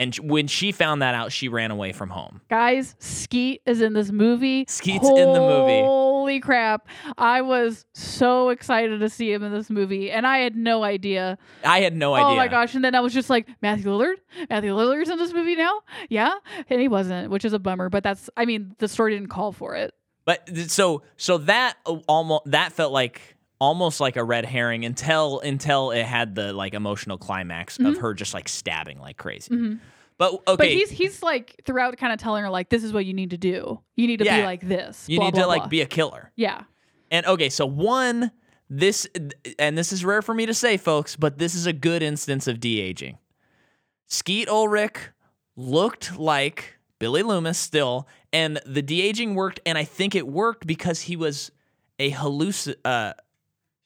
And sh- when she found that out, she ran away from home. Guys, Skeet is in this movie. Skeet's in the movie. Holy crap. I was so excited to see him in this movie, and I had no idea. I had no idea. Oh my gosh. And then I was just like, Matthew Lillard? Matthew Lillard's in this movie now? Yeah. And he wasn't, which is a bummer, but that's, I mean, the story didn't call for it. But th- so so that almost that felt like almost like a red herring until until it had the like emotional climax of her just like stabbing like crazy. Mhm. But okay, Mm-hmm. But he's he's like throughout kind of telling her like this is what you need to do. You need to Yeah. be like this. you blah, need blah, to like blah. be a killer. Yeah. And okay, so one this and this is rare for me to say, folks, but this is a good instance of de aging. Skeet Ulrich looked like Billy Loomis still, and the de aging worked, and I think it worked because he was a halluc. Uh,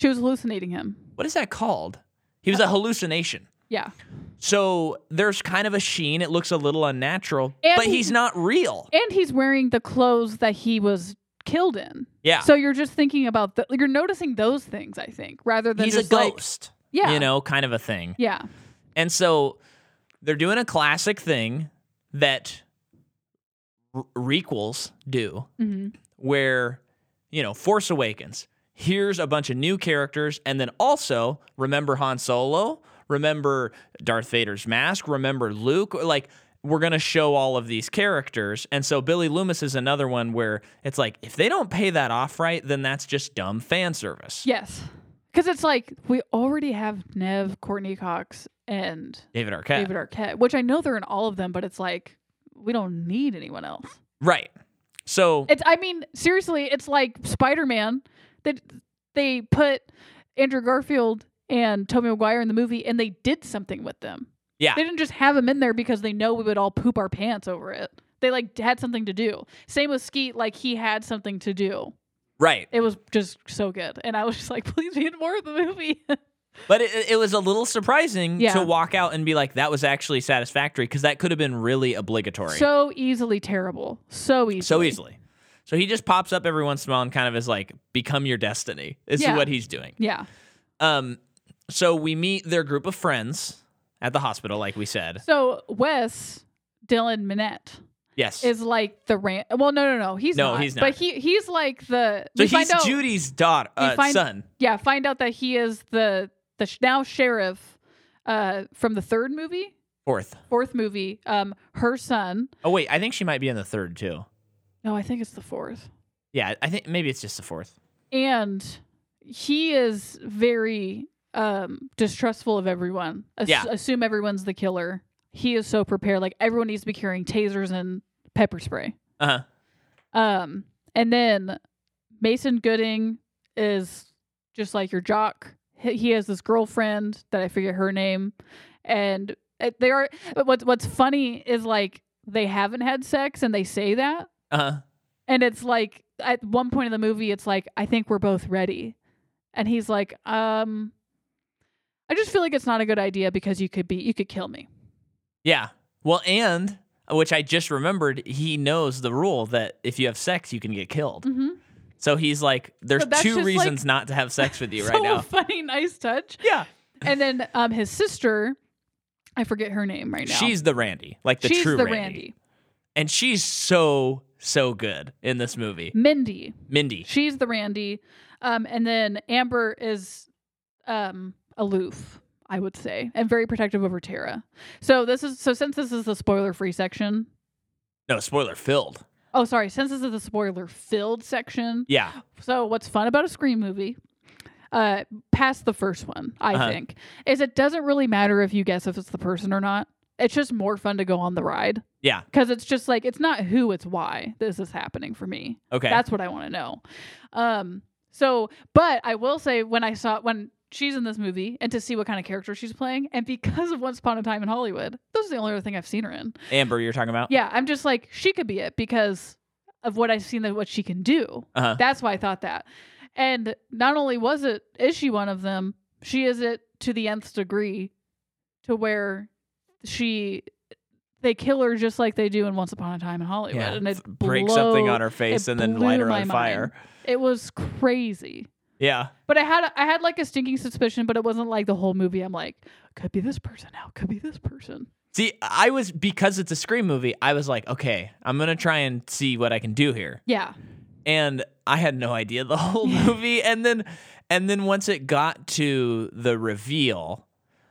She was hallucinating him. what is that called? He was a hallucination. Yeah. So there's kind of a sheen. It looks a little unnatural, And but he- he's not real. And he's wearing the clothes that he was killed in. Yeah. So you're just thinking about the, you're noticing those things, I think, rather than He's a just like ghost, yeah, you know, kind of a thing. yeah, And so they're doing a classic thing that r- requels do, hmm where, you know, Force Awakens. Here's a bunch of new characters. And then also remember Han Solo, remember Darth Vader's mask, remember Luke. Like, we're going to show all of these characters. And so Billy Loomis is another one where it's like, if they don't pay that off right, then that's just dumb fan service. yes, because it's like we already have Nev, Courtney Cox, and David Arquette. David Arquette, which I know they're in all of them, but it's like we don't need anyone else. Right. So, It's I mean seriously, it's like Spider Man. They they put Andrew Garfield and Tommy Maguire in the movie, and they did something with them. yeah. They didn't just have him in there because they know we would all poop our pants over it. They like had something to do. Same with Skeet, like he had something to do. Right. It was just so good, and I was just like, please be in more of the movie. But it, it was a little surprising Yeah. to walk out and be like, that was actually satisfactory because that could have been really obligatory So easily terrible. So easily. so easily. So he just pops up every once in a while and kind of is like, become your destiny. This Yeah. is what he's doing. Yeah. Um, so we meet their group of friends at the hospital, like we said. So Wes Dylan Minette Yes. is like the ran. Well, no, no, no. He's No, not. he's not. But he he's like the. so we he's find out, Judy's daughter, we uh, find- son. Yeah, find out that he is the the sh- now sheriff, uh, from the third movie, Fourth. fourth movie. Um, her son. Oh wait, I think she might be in the third too. No, I think it's the fourth. Yeah, I think maybe it's just the fourth. and he is very um distrustful of everyone Ass- Yeah. assume everyone's the killer he is so prepared like everyone needs to be carrying tasers and pepper spray Uh huh. um and then mason gooding is just like your jock he he has this girlfriend that i forget her name and uh, they are but what's what's funny is like they haven't had sex and they say that Uh huh. and it's like at one point in the movie, it's like, I think we're both ready. And he's like, um, I just feel like it's not a good idea because you could be you could kill me. Yeah. Well, and uh, which I just remembered, he knows the rule that if you have sex, you can get killed. Mm-hmm. So he's like, "There's So that's two just, like, reasons not to have sex with you so right now." funny, nice touch. Yeah. And then um, his sister, I forget her name right now. She's the Randy, like the she's true the Randy. and she's so so good in this Mm-hmm. movie. Mindy. Mindy, She's the Randy. Um, and then Amber is um, aloof, I would say, and very protective over Tara. So this is so since this is the spoiler free section, no spoiler filled. Oh, sorry. Since this is the spoiler filled section. Yeah, So, what's fun about a Scream movie, uh, past the first one, I Uh-huh. think, is it doesn't really matter if you guess if it's the person or not. It's just more fun to go on the ride yeah, because it's just like, it's not who, it's why this is happening for me. okay, That's what I want to know. Um, so, but I will say when I saw when she's in this movie and to see what kind of character she's playing, and because of Once Upon a Time in Hollywood, this is the only other thing I've seen her in Amber, you're talking about. yeah, I'm just like she could be it because of what I've seen that what she can do. Uh-huh. That's why I thought that. And not only was it is she one of them, she is it to the nth degree, to where she they kill her just like they do in Once Upon a Time in Hollywood, Yeah, and it f- break something blow- on her face it and then blew light her my on fire. mind. It was crazy. Yeah, But I had I had like a stinking suspicion, but it wasn't like the whole movie. I'm like, could be this person now, could be this person. see, I was because it's a scream movie. I was like, okay, I'm gonna try and see what I can do here, Yeah, and I had no idea the whole movie. And then, and then once it got to the reveal,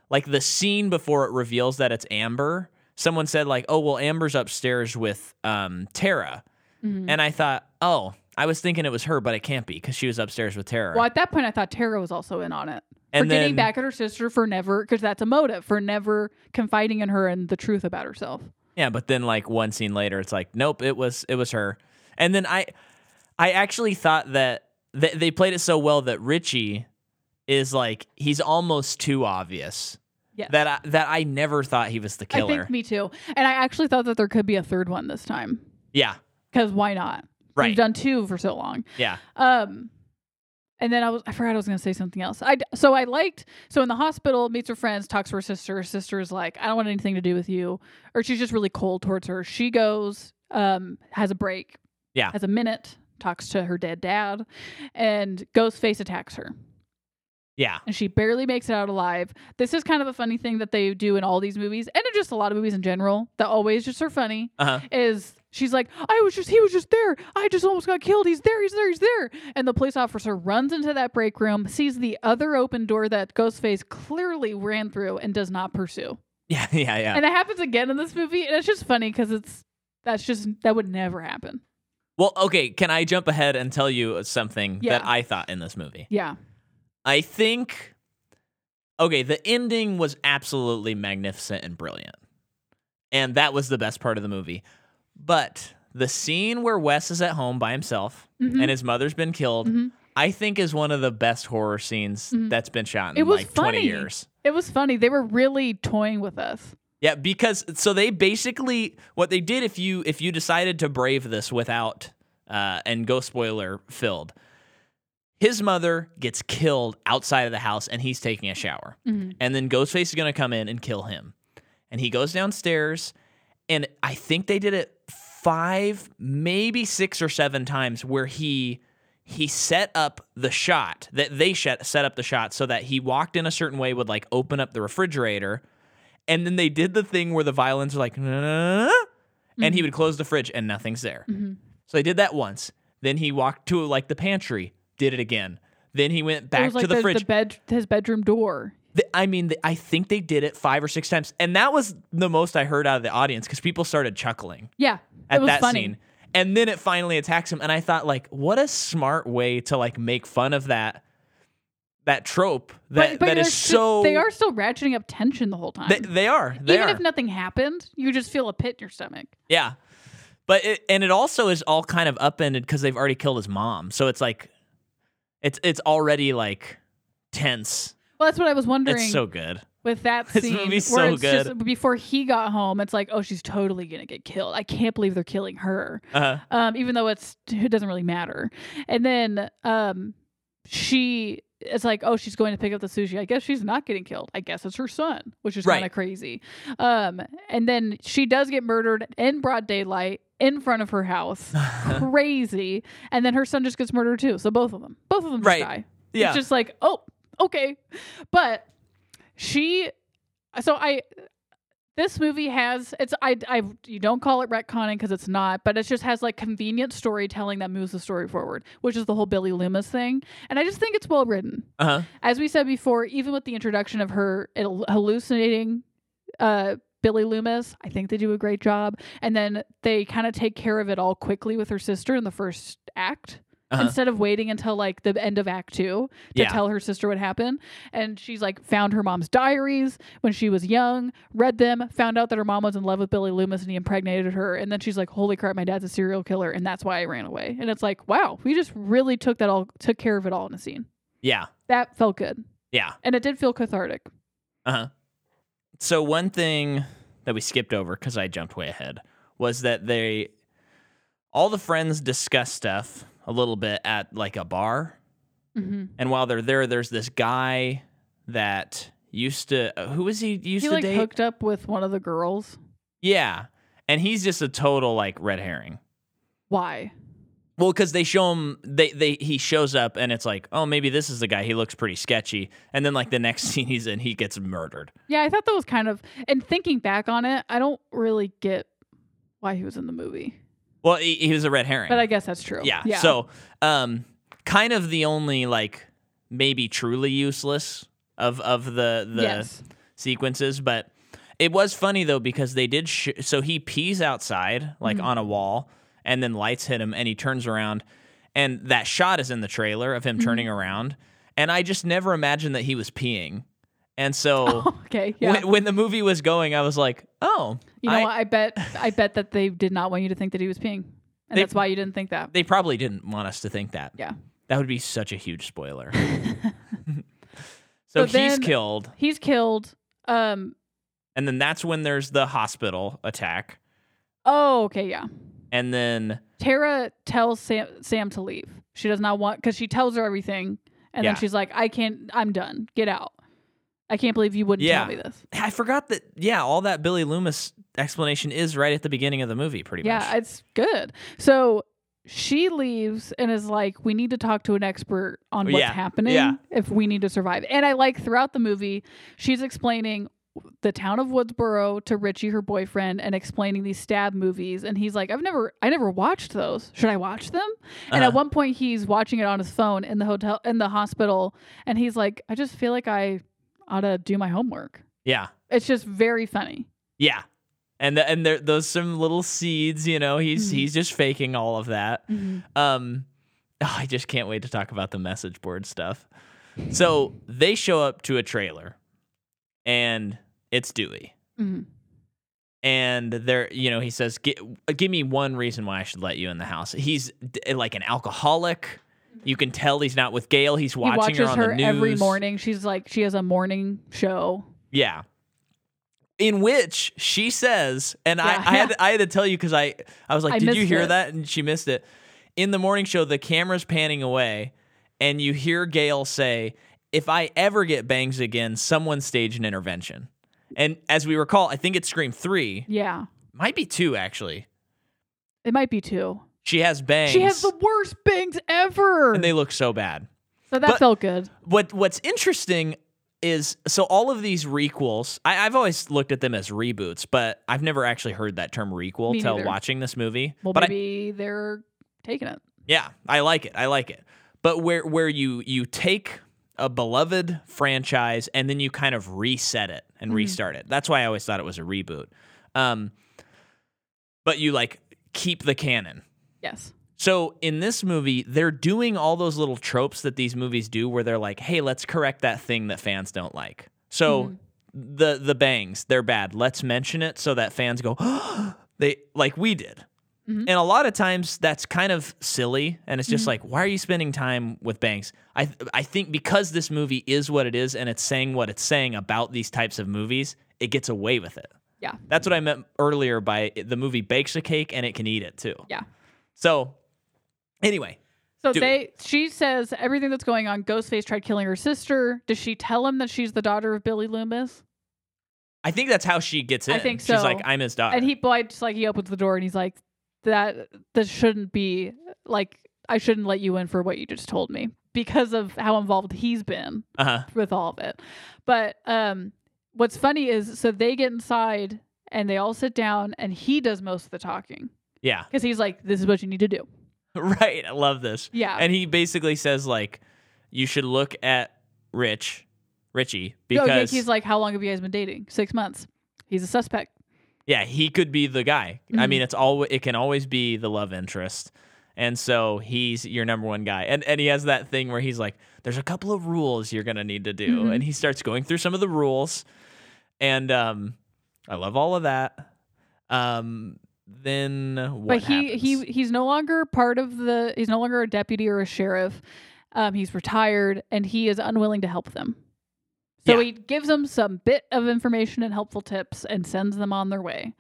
like the scene before it reveals that it's Amber, someone said like, oh well, Amber's upstairs with um Tara. Mhm. And I thought, oh, I was thinking it was her, but it can't be because she was upstairs with Tara. Well, at that point, I thought Tara was also in on it And for getting then- back at her sister for never, because that's a motive for never confiding in her and the truth about herself. Yeah, but then like one scene later, it's like, nope, it was it was her. And then I, I actually thought that th- they played it so well that Richie is like he's almost too obvious. Yes. That I, that I never thought he was the I killer. think me too. And I actually thought that there could be a third one this time, yeah. because why not? Right. We've done two for so long. Yeah. Um, and then I was I forgot I was gonna say something else. I d- so I liked so in the hospital meets her friends, talks to her sister. Her sister is like, I don't want anything to do with you, or she's just really cold towards her. She goes, um, has a break, Yeah. has a minute, talks to her dead dad, and Ghostface attacks her, Yeah. and she barely makes it out alive. This is kind of a funny thing that they do in all these movies, and in just a lot of movies in general that always just are funny Uh huh. is she's like, I was just, he was just there. I just almost got killed. He's there. He's there. He's there. And the police officer runs into that break room, sees the other open door that Ghostface clearly ran through and does not pursue. Yeah. Yeah. Yeah. And that happens again in this movie. And it's just funny because it's, that's just, that would never happen. well, okay. Can I jump ahead and tell you something Yeah. that I thought in this movie? Yeah. I think okay, the ending was absolutely magnificent and brilliant. And that was the best part of the movie. But the scene where Wes is at home by himself Mhm. and his mother's been killed, Mhm. I think is one of the best horror scenes Mhm. that's been shot in It was like funny. 20 years. It was funny. They were really toying with us. Yeah, because so they basically what they did if you if you decided to brave this without uh and go spoiler filled, His mother gets killed outside of the house and he's taking a shower. Mhm. And then Ghostface is going to come in and kill him. And he goes downstairs and I think they did it 5 maybe 6 or 7 times where he he set up the shot that they set set up the shot so that he walked in a certain way would like open up the refrigerator and then they did the thing where the violins are like "Nah," and Mm-hmm. he would close the fridge and nothing's there. So they did that once. Then he walked to like the pantry, did it again. Then he went It back was like to the, fridge. bed, his bedroom door. Th- I mean, th- I think they did it five or six times, and that was the most I heard out of the audience because people started chuckling Yeah, at it was that funny. scene. And then it finally attacks him, and I thought, like, what a smart way to like make fun of that that trope that that they're is sti- so they are still ratcheting up tension the whole time. they, they are they Even are if nothing happened, you just feel a pit in your stomach. yeah, but it, and it also is all kind of upended because they've already killed his mom, so it's like it's it's already like tense. Well, that's what I was wondering It's so good. with that This scene. movie's where so it's good. Just, before he got home, it's like, oh, she's totally gonna get killed. I can't believe they're killing her. Uh, um, even though it's it doesn't really matter. And then um, she it's like, oh, she's going to pick up the sushi. I guess she's not getting killed. I guess it's her son, which is Right. kind of crazy. Um, and then she does get murdered in broad daylight in front of her house. crazy. And then her son just gets murdered too. So both of them, both of them just Right. die. yeah, It's just like, oh, okay. But she so I this movie has it's I I you don't call it retconning because it's not, but it just has like convenient storytelling that moves the story forward, which is the whole Billy Loomis thing. And I just think it's well written. uh huh. As we said before, even with the introduction of her il- hallucinating uh Billy Loomis, I think they do a great job. And then they kind of take care of it all quickly with her sister in the first act Uh-huh. instead of waiting until like the end of act two to Yeah. tell her sister what happened. And she's like found her mom's diaries when she was young, read them, found out that her mom was in love with Billy Loomis and he impregnated her. And then she's like, holy crap, my dad's a serial killer. And that's why I ran away. And it's like, wow, we just really took that all, took care of it all in a scene. Yeah, That felt good. yeah. And it did feel cathartic. Uh huh. So one thing that we skipped over because I jumped way ahead was that they all the friends discuss stuff a little bit at like a bar, Mm-hmm. and while they're there, there's this guy that used to uh, who was he used He to like date? hooked up with one of the girls. yeah, and he's just a total like red herring. Why? Well, because they show him, they they he shows up and it's like, oh, maybe this is the guy. He looks pretty sketchy, and then like the next scene he's in, he gets murdered. Yeah, I thought that was kind of, and thinking back on it, I don't really get why he was in the movie. Well, he, he was a red herring. But I guess that's true. Yeah. So, um, kind of the only like maybe truly useless of of the the yes. sequences, but it was funny though because they did. Sh- so he pees outside like Mhm. on a wall, and then lights hit him, and he turns around, and that shot is in the trailer of him Mhm. turning around, and I just never imagined that he was peeing, and so. okay. Yeah. When, when the movie was going, I was like, "Oh, you know, I- what? I bet I bet that they did not want you to think that he was peeing, and They- that's why you didn't think that. they probably didn't want us to think that." Yeah. that would be such a huge spoiler. so So he's then- killed, He's killed. Um. and then that's when there's the hospital attack, Oh. Okay. Yeah. and then Tara tells Sam Sam to leave. She does not want because she tells her everything, and Yeah. then she's like, "I can't. I'm done. Get out. I can't believe you wouldn't Yeah. tell me this." I forgot that. Yeah, all that Billy Loomis explanation is right at the beginning of the movie, pretty yeah, much. it's good. So she leaves and is like, "We need to talk to an expert on what's Yeah, happening yeah. if we need to survive." And I like throughout the movie, she's explaining the town of Woodsboro to Richie, her boyfriend, and explaining these stab movies. And he's like, "I've never, I never watched those. Should I watch them?" And at Uh-huh. one point, he's watching it on his phone in the hotel, in the hospital, and he's like, "I just feel like I ought to do my homework." yeah, It's just very funny. yeah, and the, and there those some little seeds. You know, he's Mhm. he's just faking all of that. Um, oh, I just can't wait to talk about the message board stuff. So they show up to a trailer, and it's Dewey. Mhm. and there you know he says "Gi- give me one reason why i should let you in the house he's d- like an alcoholic you can tell he's not with gail he's watching he watches her on her the news every morning. She's like she has a morning show. yeah in which she says and I, Yeah. I had to, i had to tell you because i i was like I did you missed hear it." that and she missed it in the morning show the camera's panning away and you hear Gail say, "If I ever get bangs again, someone stage an intervention." And as we recall, I think it's Scream three, Yeah. might be two actually. It might be two. She has bangs, She has the worst bangs ever. and they look so bad. so that but- felt good. What What's interesting is so all of these requels. I, I've always looked at them as reboots, but I've never actually heard that term requel Me till neither. watching this movie. Well, but I- maybe they're taking it. Yeah, I like it. I like it. But where where you you take a beloved franchise and then you kind of reset it and Mhm. restart it. That's why I always thought it was a reboot. Um, but you like keep the canon. Yes. So in this movie, they're doing all those little tropes that these movies do where they're like, "Hey, let's correct that thing that fans don't like." So Mhm. the the bangs, they're bad. Let's mention it so that fans go, "They like we did." Mhm. And a lot of times that's kind of silly and it's just Mhm. like, "Why are you spending time with bangs?" I I think because this movie is what it is and it's saying what it's saying about these types of movies, it gets away with it. Yeah. That's what I meant earlier by the movie bakes a cake and it can eat it too. Yeah. So anyway, So Do they she says everything that's going on. Ghostface tried killing her sister. Does she tell him that she's the daughter of Billy Loomis? I think that's how she gets in. I think She's so. like, I'm his daughter. And he boy just like he opens the door and he's like, That this shouldn't be like I shouldn't let you in for what you just told me because of how involved he's been uh-huh. with all of it. But um what's funny is so they get inside and they all sit down and he does most of the talking. Yeah. Because he's like, This is what you need to do. Right. I love this. Yeah. And he basically says, like, you should look at Rich, Richie, because no, Oh, he's like, How long have you guys been dating? Six months. He's a suspect. yeah, he could be the guy. I Mhm. mean, it's all it can always be the love interest. And so he's your number one guy. And and he has that thing where he's like, There's a couple of rules you're gonna need to do. Mhm. And he starts going through some of the rules. And um I love all of that. Um then what but he, happens? he he's no longer part of the he's no longer a deputy or a sheriff um, he's retired and he is unwilling to help them so Yeah. he gives them some bit of information and helpful tips and sends them on their way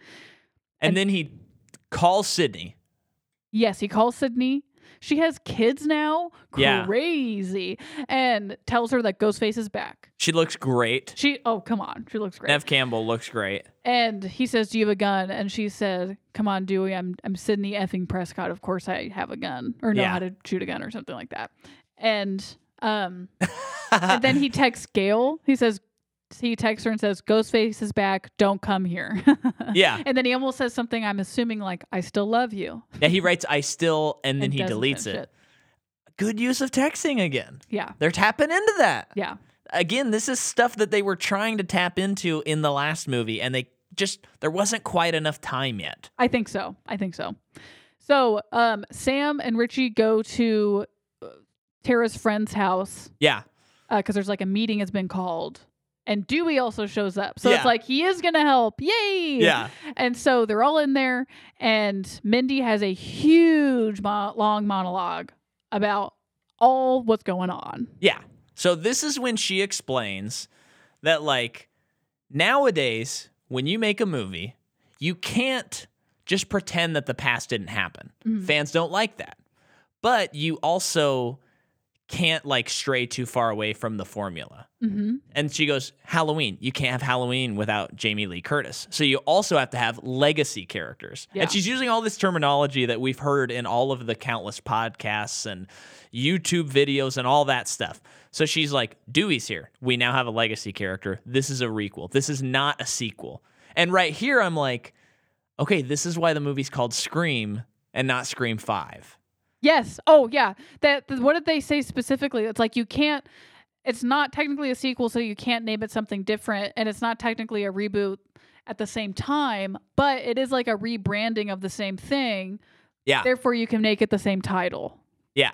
and then he calls Sydney. yes he calls sydney she has kids now Yeah. crazy and tells her that ghostface is back She looks great. she oh come on she looks great Nev Campbell looks great. and he says do you have a gun and she said come on dewey i'm i'm sydney effing prescott of course i have a gun or know Yeah. how to shoot a gun or something like that and um and then he texts Gail. He says he texts her and says, "Ghostface is back. Don't come here." yeah. and then he almost says something. I'm assuming like, "I still love you." Yeah, he writes I still and then he doesn't deletes send it. shit. Good use of texting again. Yeah, They're tapping into that. yeah, again, this is stuff that they were trying to tap into in the last movie, and they just there wasn't quite enough time yet. I think so. I think so. So, um, Sam and Richie go to uh, Tara's friend's house Yeah, because there's like a meeting has been called. And Dewey also shows up. So Yeah. it's like he is gonna help. Yay! And so they're all in there, and Mindy has a huge mo- long monologue about all what's going on. yeah. So this is when she explains that like nowadays when you make a movie, you can't just pretend that the past didn't happen. Mhm. Fans don't like that. But you also can't like stray too far away from the formula. Mm-hmm. And she goes, Halloween. You can't have Halloween without Jamie Lee Curtis. So you also have to have legacy characters. Yeah. And she's using all this terminology that we've heard in all of the countless podcasts and YouTube videos and all that stuff. So she's like, Dewey's here. We now have a legacy character. This is a requel. This is not a sequel. And right here, I'm like, okay, this is why the movie's called Scream and not Scream 5. Yes. Oh, yeah. That. th- What did they say specifically? It's like you can't. It's not technically a sequel, so you can't name it something different, and it's not technically a reboot at the same time, but it is like a rebranding of the same thing. Yeah. Therefore, you can make it the same title. Yeah.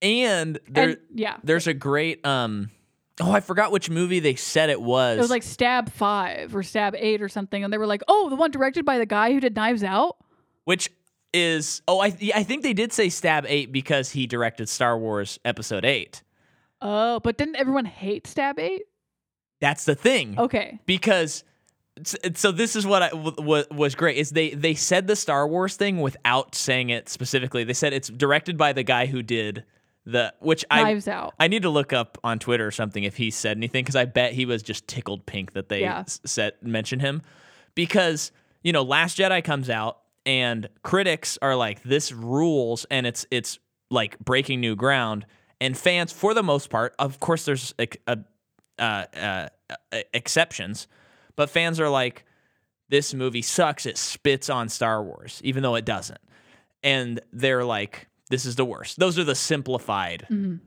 And there. and yeah, There's a great um oh I forgot which movie they said it was. It was like Stab Five or Stab Eight or something, and they were like, "Oh, the one directed by the guy who did Knives Out." which is oh I I think they did say Stab 8 because he directed Star Wars Episode 8. Oh, but didn't everyone hate Stab Eight? That's the thing. Okay, Because Because s- so this is what I w- w- was great is they they said the Star Wars thing without saying it specifically. They said it's directed by the guy who did the which I Knives Out. I need to look up on Twitter or something if he said anything because I bet he was just tickled pink that they Yeah. s- said mention him because you know Last Jedi comes out and critics are like this rules and it's it's like breaking new ground and fans for the most part of course there's a, a, uh, uh, uh, exceptions but fans are like this movie sucks it spits on Star Wars even though it doesn't and they're like this is the worst those are the simplified Mhm.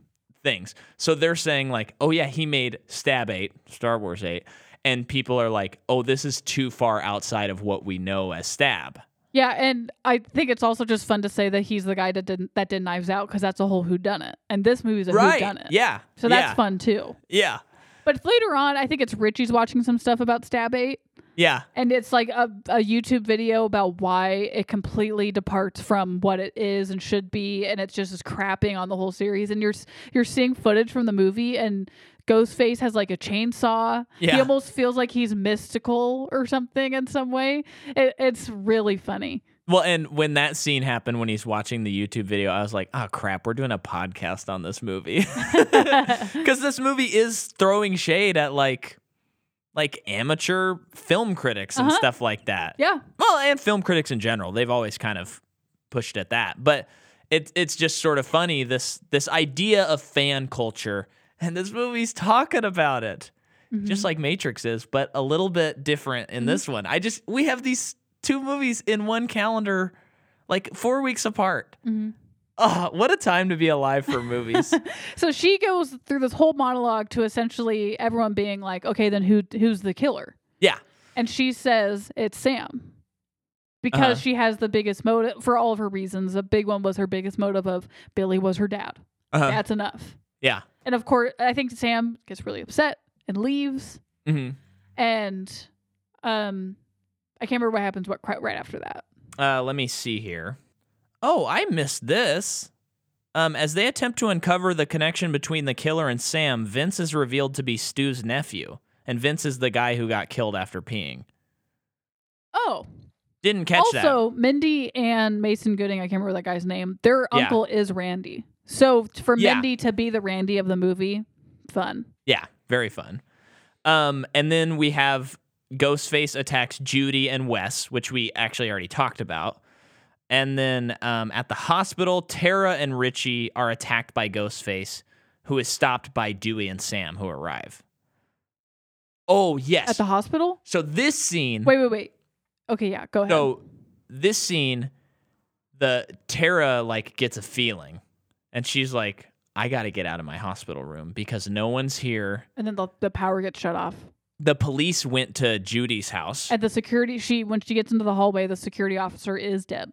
things. So they're saying like, oh yeah, he made Stab Eight, Star Wars Eight, and people are like, oh, this is too far outside of what we know as Stab. Yeah, and I think it's also just fun to say that he's the guy that did that did Knives Out because that's a whole who done it, and this movie's a who done it. Yeah. So that's yeah. fun too. Yeah. But later on, I think it's Richie's watching some stuff about Stab 8, Yeah. and it's like a, a YouTube video about why it completely departs from what it is and should be, and it's just is crapping on the whole series. And you're s- you're seeing footage from the movie, and Ghostface has like a chainsaw. Yeah. He almost feels like he's mystical or something in some way. It, it's really funny. Well, and when that scene happened, when he's watching the YouTube video, I was like, oh crap, we're doing a podcast on this movie. Because this movie is throwing shade at like, like amateur film critics and Uh-huh. stuff like that. Yeah. well, and film critics in general, they've always kind of pushed at that. But it, it's just sort of funny this this idea of fan culture, and this movie's talking about it, Mm-hmm. just like Matrix is, but a little bit different in this one. I just we have these two movies in one calendar, like four weeks apart. Mhm. Oh, what a time to be alive for movies! So she goes through this whole monologue to essentially everyone being like, okay, then who who's the killer? yeah, And she says it's Sam. Because Uh-huh. she has the biggest motive for all of her reasons. A big one was her biggest motive of Billy was her dad. uh-huh. That's enough. yeah, And of course, I think Sam gets really upset and leaves. hmm And um, I can't remember what happens what cri- right after that. Uh, let me see here. Oh, I missed this. Um, as they attempt to uncover the connection between the killer and Sam, Vince is revealed to be Stu's nephew, and Vince is the guy who got killed after peeing. Oh, Didn't catch that. also, Mindy and Mason Gooding, I can't remember that guy's name, their Yeah. uncle is Randy. So t- for Yeah. Mindy to be the Randy of the movie, fun. Yeah, very fun. Um, and then we have Ghostface attacks Judy and Wes, which we actually already talked about. And then um, at the hospital, Tara and Richie are attacked by Ghostface, who is stopped by Dewey and Sam, who arrive. Oh, At yes. the hospital? so this scene. Wait, wait, wait. Okay, yeah, go ahead. So this scene, the Tara like gets a feeling, and she's like, "I got to get out of my hospital room because no one's here." and then the, the power gets shut off. The police went to Judy's house. At the security, she when she gets into the hallway, the security officer is dead.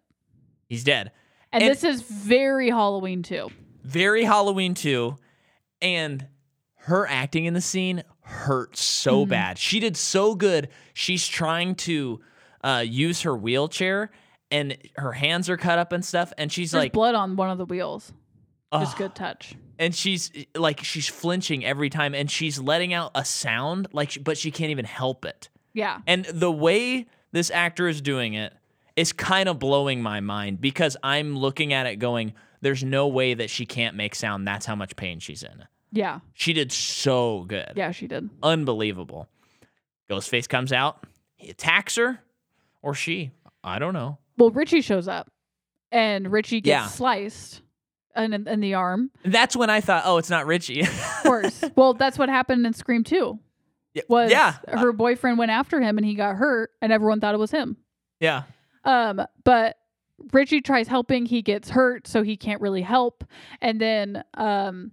He's dead. And, And- this is very Halloween too. Very Halloween too, and her acting in the scene hurt so Mhm. bad. She did so good. She's trying to uh, use her wheelchair, and her hands are cut up and stuff. And she's There's like, blood on one of the wheels. Just "Ugh." good touch. and she's like she's flinching every time and she's letting out a sound like she- but she can't even help it Yeah. and the way this actor is doing it is kind of blowing my mind because i'm looking at it going there's no way that she can't make sound that's how much pain she's in Yeah. she did so good Yeah, she did. unbelievable ghostface comes out he attacks her or she i don't know Well, Richie shows up and Richie gets Yeah. sliced in, in, in the arm. that's when i thought oh it's not richie course. well, that's what happened in Scream 2. Was yeah her boyfriend went after him and he got hurt and everyone thought it was him. yeah Um, but Richie tries helping, he gets hurt, so he can't really help. And then um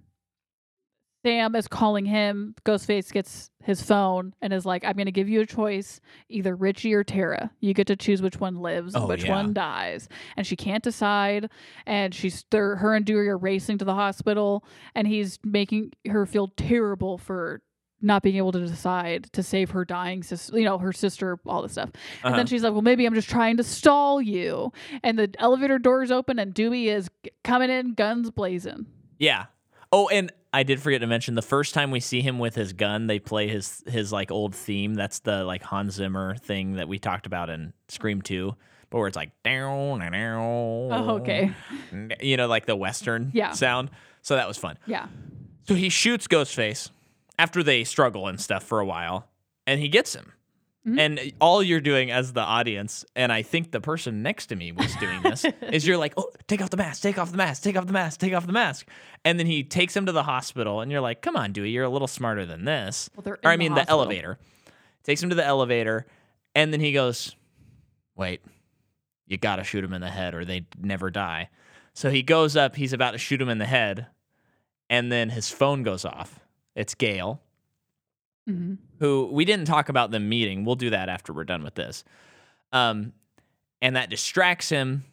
Sam is calling him. Ghostface gets his phone and is like, I'm going to give you a choice either Richie or Tara. You get to choose which one lives and Oh, which yeah. one dies. And she can't decide. And she's, they're, her and Dewey are racing to the hospital. And he's making her feel terrible for not being able to decide to save her dying sister, you know, her sister, all this stuff. And Uh-huh. then she's like, well, maybe I'm just trying to stall you. And the elevator doors open and Dewey is g- coming in, guns blazing. Yeah. Oh, and I did forget to mention the first time we see him with his gun, they play his his like old theme. That's the like Hans Zimmer thing that we talked about in Scream Two, but where it's like down and down. Oh, okay. You know, like the Western Yeah. sound. So that was fun. Yeah. So he shoots Ghostface after they struggle and stuff for a while, and he gets him. Mhm. And all you're doing as the audience, and I think the person next to me was doing this, is you're like, oh, take off the mask, take off the mask, take off the mask, take off the mask. And then he takes him to the hospital, and you're like, come on, Dewey, you're a little smarter than this. Well, they're Or, I in the mean, the, hospital. elevator. Takes him to the elevator, and then he goes, wait, you gotta shoot him in the head, or they never die. So he goes up, he's about to shoot him in the head, and then his phone goes off. It's Gail, Mhm. who we didn't talk about them meeting. We'll do that after we're done with this. Um, and that distracts him.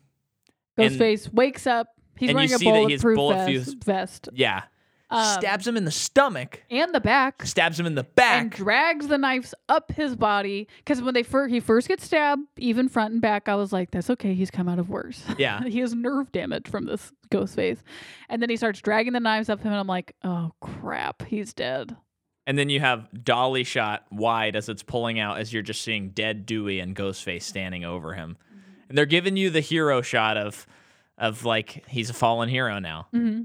And- Ghostface wakes up. He's and you wearing a see that he has bulletproof, bulletproof- vest. vest. Yeah. Um, stabs him in the stomach, and the back. stabs him in the and back. drags the knives up his body because when they fir- he first gets stabbed, even front and back, I was like, "That's okay, he's come out of worse." yeah. he has nerve damage from this ghost face, and then he starts dragging the knives up him, and I'm like, "Oh crap, he's dead." And then you have dolly shot wide as it's pulling out, as you're just seeing dead Dewey and Ghostface standing over him. Mm-hmm. And they're giving you the hero shot of, of like he's a fallen hero now, Mm-hmm.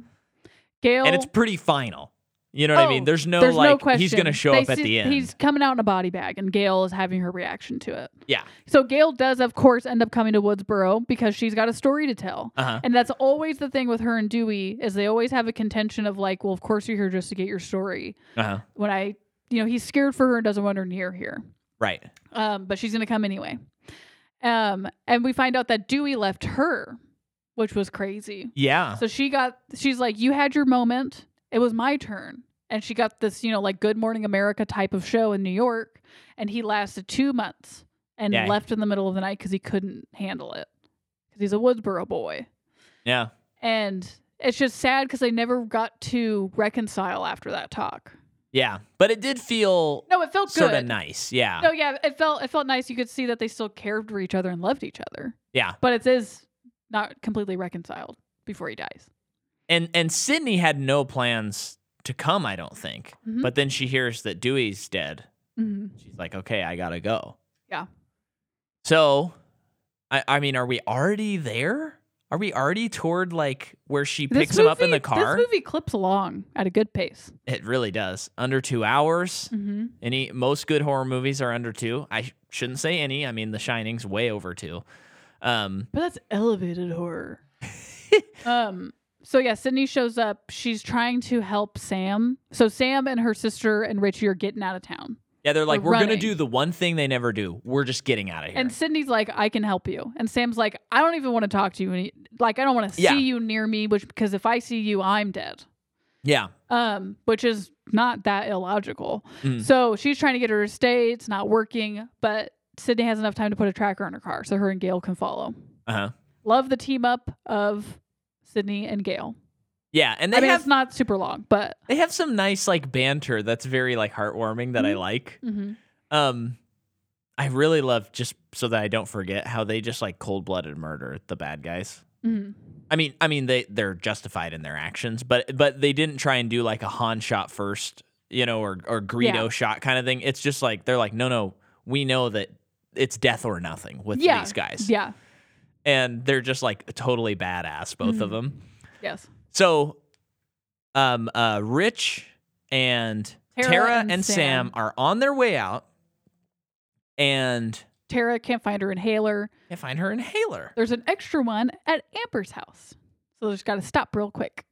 Gail, and it's pretty final. You know what I Oh, mean? There's no there's no like question. he's gonna show They up at see- the end. He's coming out in a body bag, and Gail is having her reaction to it. yeah. So Gail does, of course, end up coming to Woodsboro because she's got a story to tell. Uh huh. And that's always the thing with her and Dewey is they always have a contention of like, well, of course you're here just to get your story. Uh huh. When I, you know, he's scared for her and doesn't want her near here, Right. um, but she's gonna come anyway. Um, and we find out that Dewey left her, which was crazy. Yeah. So she got, she's like, you had your moment. It was my turn. And she got this, you know, like Good Morning America type of show in New York, and he lasted two months and Yeah. left in the middle of the night because he couldn't handle it because he's a Woodsboro boy yeah. and it's just sad because they never got to reconcile after that talk. Yeah. But it did feel No, it felt sort of good. nice. Yeah. No, yeah, it felt it felt nice. You could see that they still cared for each other and loved each other. Yeah. but it is not completely reconciled before he dies. And and Sydney had no plans to come, I don't think. Mhm. But then she hears that Dewey's dead. Mm-hmm. She's like, okay, I gotta go. Yeah. So, I, I mean, are we already there? Are we already toward like where she picks him up in the car? This movie clips along at a good pace. It really does. Under two hours. Mm-hmm. Any most good horror movies are under two. I sh- shouldn't say any. I mean, The Shining's way over two. Um, But that's elevated horror. um. So yeah, Sydney shows up. She's trying to help Sam. So Sam and her sister and Richie are getting out of town. yeah, they're like, We're we're gonna running. do the one thing they never do. We're just getting out of here. And Sydney's like, I can help you. And Sam's like, I don't even want to talk to you. any- Like, I don't want to Yeah. see you near me, which because if I see you, I'm dead. yeah, Um, which is not that illogical. Mm. So she's trying to get her to stay. It's not working, but Sydney has enough time to put a tracker on her car so her and Gail can follow. uh huh, Love the team up of Sydney and Gail. yeah. And I they mean, have it's not super long, but they have some nice like banter that's very like heartwarming that I Mhm. like. mhm. Um, I really love just so that I don't forget how they just like cold blooded murder the bad guys. Mhm. I mean, I mean they they're justified in their actions, but but they didn't try and do like a Han shot first, you know, or or Greedo Yeah. shot kind of thing. It's just like they're like, no, no, we know that it's death or nothing with Yeah. these guys, yeah, and they're just like totally badass, both of Mhm. them. yes. So, um, uh, Rich and Tara, Tara and, and Sam Sam. are on their way out, and Tara can't find her inhaler. and find her inhaler. There's an extra one at Amber's house. So just got to stop real quick.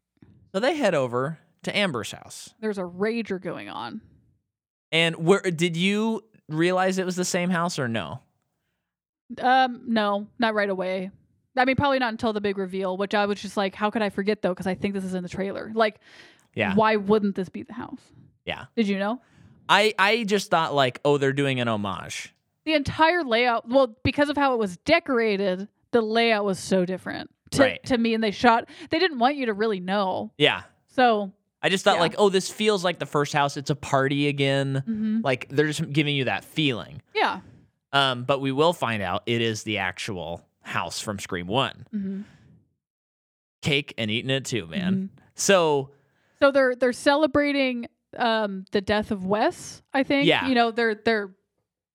So they head over to Amber's house. there's a rager going on. And where did you realize it was the same house or no? Um, no, not right away. I mean, probably not until the big reveal, which I was just like, how could I forget though? Because I think this is in the trailer. Like, Yeah. why wouldn't this be the house? Yeah. Did you know? I I just thought like, oh, they're doing an homage. The entire layout, well, because of how it was decorated, the layout was so different to, Right. to me. And they shot, they didn't want you to really know. Yeah. So, I just thought Yeah. like, oh, this feels like the first house. It's a party again. mhm. Like they're just giving you that feeling. yeah. Um, but we will find out it is the actual house from Scream One. Mhm. Cake and eating it too, man. Mhm. So So they're they're celebrating um the death of Wes, I think. Yeah. You know, they're they're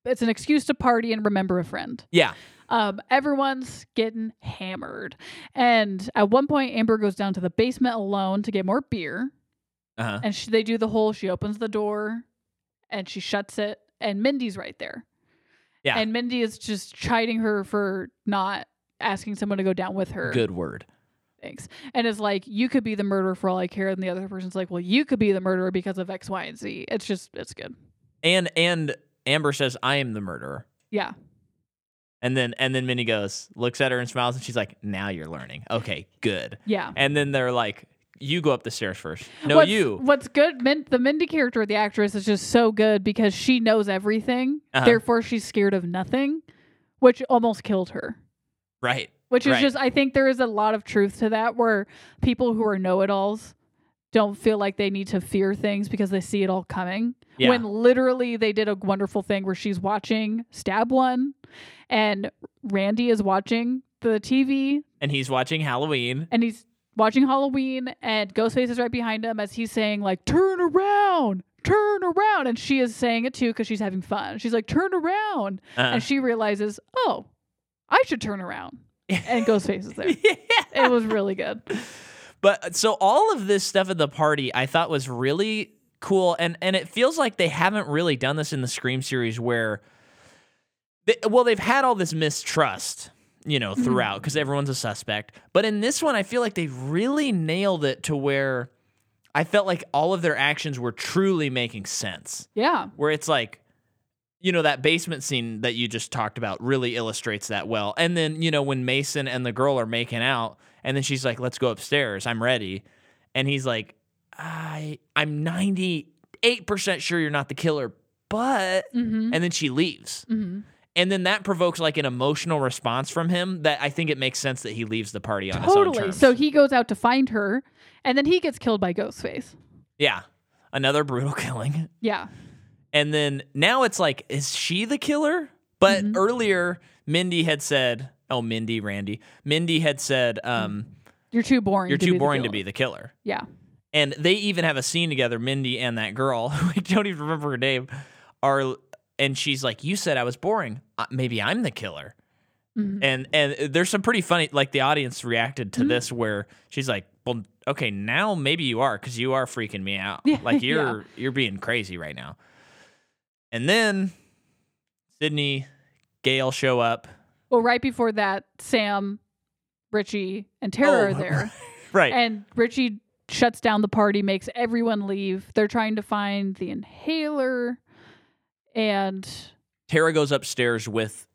it's an excuse to party and remember a friend. Yeah. Um, everyone's getting hammered, and at one point, Amber goes down to the basement alone to get more beer, Uh-huh. and she, they do the whole. She opens the door, and she shuts it, and Mindy's right there. Yeah. and Mindy is just chiding her for not asking someone to go down with her. Good word. Thanks. And is like, you could be the murderer for all I care. And the other person's like, well, you could be the murderer because of X, Y, and Z. It's just, it's good. And and Amber says, "I am the murderer." Yeah. And then and then Minnie goes, looks at her and smiles, and she's like, "Now you're learning. Okay, good." Yeah. And then they're like, "You go up the stairs first. No, what's, you. What's good, Min- the Mindy character, the actress, is just so good because she knows everything. Uh-huh. Therefore, she's scared of nothing, which almost killed her. Right. Which is Right. just, I think there is a lot of truth to that where people who are know it alls don't feel like they need to fear things because they see it all coming. Yeah. When literally they did a wonderful thing where she's watching Stab One and Randy is watching the TV and he's watching Halloween. and he's watching Halloween and Ghostface is right behind him as he's saying like turn around, turn around and she is saying it too cuz she's having fun. She's like turn around Uh, and she realizes, "Oh, I should turn around." And Ghostface is there. yeah. It was really good. But uh, so all of this stuff at the party I thought was really cool and and it feels like they haven't really done this in the Scream series where they, well they've had all this mistrust, you know, Mhm. throughout cuz everyone's a suspect. But in this one I feel like they really nailed it to where I felt like all of their actions were truly making sense. Yeah. where it's like you know that basement scene that you just talked about really illustrates that well and then you know when mason and the girl are making out and then she's like let's go upstairs i'm ready and he's like i i'm 98% sure you're not the killer but Mhm. and then she leaves Mhm. and then that provokes like an emotional response from him that i think it makes sense that he leaves the party on his own Totally. terms. So he goes out to find her and then he gets killed by Ghostface. yeah another brutal killing Yeah. And then now it's like, is she the killer? But Mhm. earlier, Mindy had said, oh, Mindy, Randy, Mindy had said, um, You're too boring. you're Mm-hmm. to too be the boring to killer. be the killer. Yeah. And they even have a scene together, Mindy and that girl, who I don't even remember her name, are, and she's like, you said I was boring. Uh, maybe I'm the killer. Mhm. And and there's some pretty funny, like the audience reacted to Mhm. this where she's like, well, okay, now maybe you are because you are freaking me out. Yeah, like yeah. you're you're being crazy right now. And then Sydney, Gail show up. Well, right before that, Sam, Richie, and Oh, Tara are there. Right. and Richie shuts down the party, makes everyone leave. They're trying to find the inhaler and Tara goes upstairs with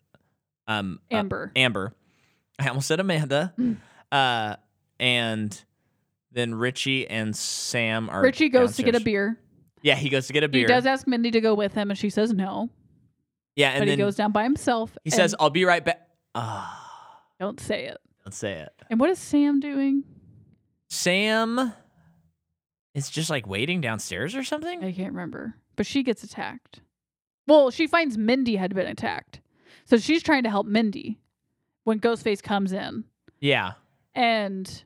um uh, Amber. Mm. Amber. I almost said Amanda. uh, and then Richie and Sam are Richie goes to get a downstairs. beer. Yeah, he goes to get a beer. He does ask Mindy to go with him, and she says no. yeah, and but he then goes down by himself. he and says, "I'll be right back." Ah, Don't say it. don't say it. And what is Sam doing? Sam is just like waiting downstairs or something. I can't remember. But she gets attacked. Well, she finds Mindy had been attacked. So she's trying to help Mindy when Ghostface comes in. Yeah. And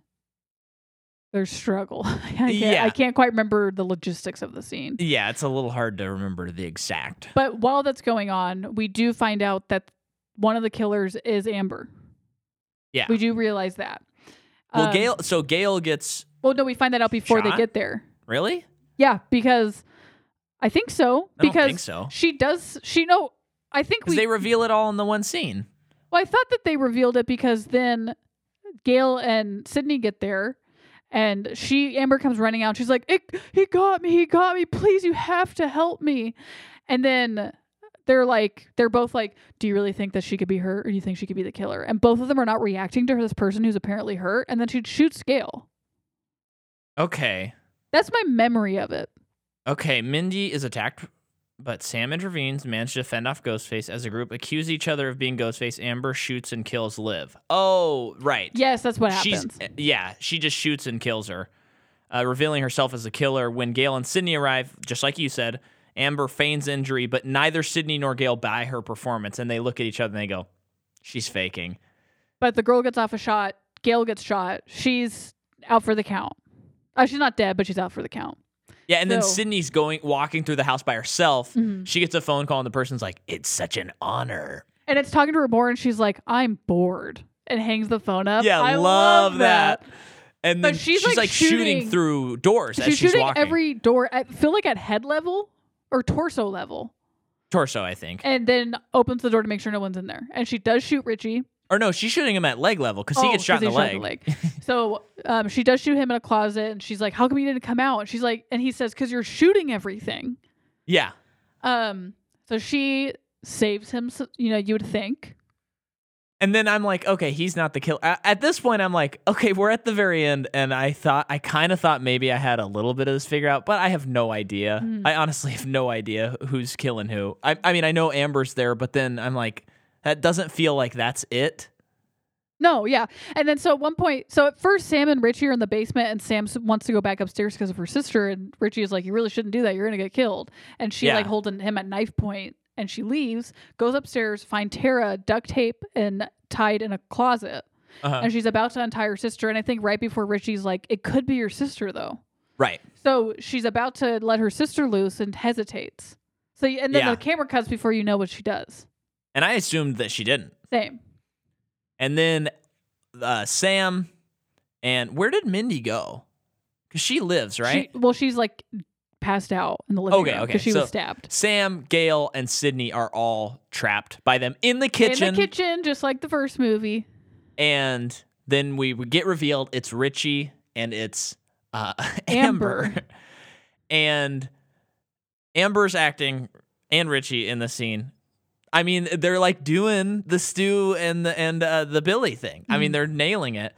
there's struggle. I can't, Yeah. I can't quite remember the logistics of the scene. Yeah, it's a little hard to remember the exact. But while that's going on, we do find out that one of the killers is Amber. Yeah. We do realize that. Well, Um, Gail so Gail gets Well, no, we find that out before they Shot? get there. really? Yeah, because I think so. I don't because think so. she does. She no. I think Cuz we. they reveal it all in the one scene. well, I thought that they revealed it because then Gail and Sydney get there, and she Amber comes running out. She's like, it, "He got me! He got me! Please, you have to help me!" And then they're like, they're both like, "Do you really think that she could be hurt, or do you think she could be the killer?" And both of them are not reacting to this person who's apparently hurt, and then she shoots Gail. Okay. That's my memory of it. Okay, Mindy is attacked but Sam intervenes, manages to fend off Ghostface as a group accuse each other of being Ghostface. Amber shoots and kills Liv. Oh, right. Yes, that's what happens. She's eh, yeah, she just shoots and kills her, uh, revealing herself as the killer. When Gail and Sydney arrive, just like you said, Amber feigns injury, but neither Sydney nor Gail buy her performance, and they look at each other and they go, "She's faking." But the girl gets off a shot. Gail gets shot. She's out for the count. Uh, she's not dead, but she's out for the count. Yeah, and then So- Sydney's going walking through the house by herself. Mhm. She gets a phone call and the person's like, "It's such an honor." And it's talking to her more, and she's like, "I'm bored," and hangs the phone up. yeah, I love that. And But then she's, like, shooting, shooting- through doors She's, as she's shooting walking. every door. I feel like at head level or torso level, torso, I think. and then opens the door to make sure no one's in there. And she does shoot Richie. or no, she's shooting him at leg level because he Oh, gets shot in the 'cause leg. he's so um, she does shoot him in a closet, and she's like, "How come you didn't come out?" And she's like, and he says, "Cause you're shooting everything." Yeah, Um, so she saves him. So, you know, you would think. and then I'm like, okay, he's not the killer. A- At this point, I'm like, okay, we're at the very end, and I thought, I kind of thought maybe I had a little bit of this figured out, but I have no idea. Mm. I honestly have no idea who's killing who. I, I mean, I know Amber's there, but then I'm like, that doesn't feel like that's it. No, yeah. And then so at one point, so at first Sam and Richie are in the basement and Sam s- wants to go back upstairs because of her sister and Richie is like you really shouldn't do that. You're going to get killed. And she Yeah. like holding him at knife point and she leaves, goes upstairs, find Tara duct tape and tied in a closet. Uh-huh. And she's about to untie her sister and I think right before Richie's like it could be your sister though. Right. So she's about to let her sister loose and hesitates. So y- and then Yeah. the camera cuts before you know what she does. And I assumed that she didn't. Same. And then uh, Sam, and where did Mindy go? Because she lives, right? She, well, she's like passed out in the living Okay, room okay, because she so- was stabbed. Sam, Gail, and Sydney are all trapped by them in the kitchen. In the kitchen, just like the first movie. And then we would get revealed it's Richie and it's uh, Amber. Amber. and Amber's acting and Richie in the scene. I mean, they're like doing the stew and the and uh, the Billy thing. I mean, Mhm. they're nailing it.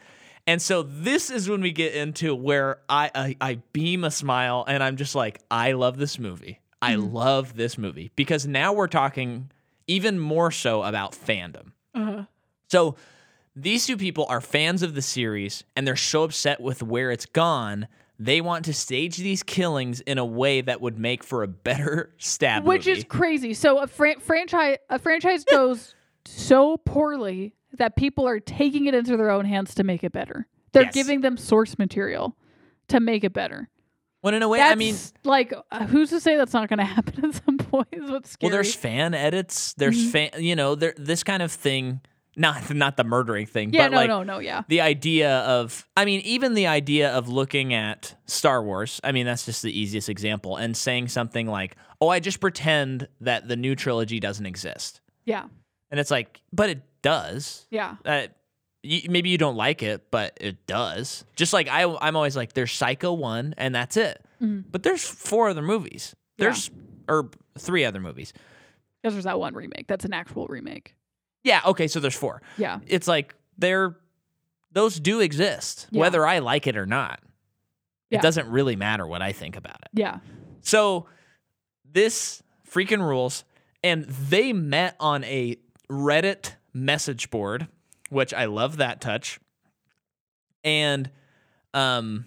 And so this is when we get into where I, I I beam a smile and I'm just like, I love this movie. I Mhm. love this movie because now we're talking even more so about fandom. Uh, So these two people are fans of the series and they're so upset with where it's gone. They want to stage these killings in a way that would make for a better stab which movie. is crazy. So a fran- franchise a franchise goes so poorly that people are taking it into their own hands to make it better. They're Yes. giving them source material to make it better. when in a way, that's I mean, like uh, who's to say that's not going to happen at some point? Is what's scary. Mm-hmm. well, there's fan edits. There's fan, you know, there this kind of thing. Not not the murdering thing, yeah, but no, like no, no, yeah. the idea of i mean even the idea of looking at star wars i mean that's just the easiest example and saying something like oh i just pretend that the new trilogy doesn't exist Yeah. and it's like but it does Yeah. uh, you, maybe you don't like it but it does just like I, i'm always like there's psycho one and that's it Mhm. but there's four other movies Yeah. there's or three other movies Because there's that one remake. That's an actual remake. yeah okay so there's four Yeah. it's like they're those do exist Yeah. whether i like it or not Yeah. it doesn't really matter what i think about it Yeah. so this freaking rules and they met on a reddit message board which i love that touch and um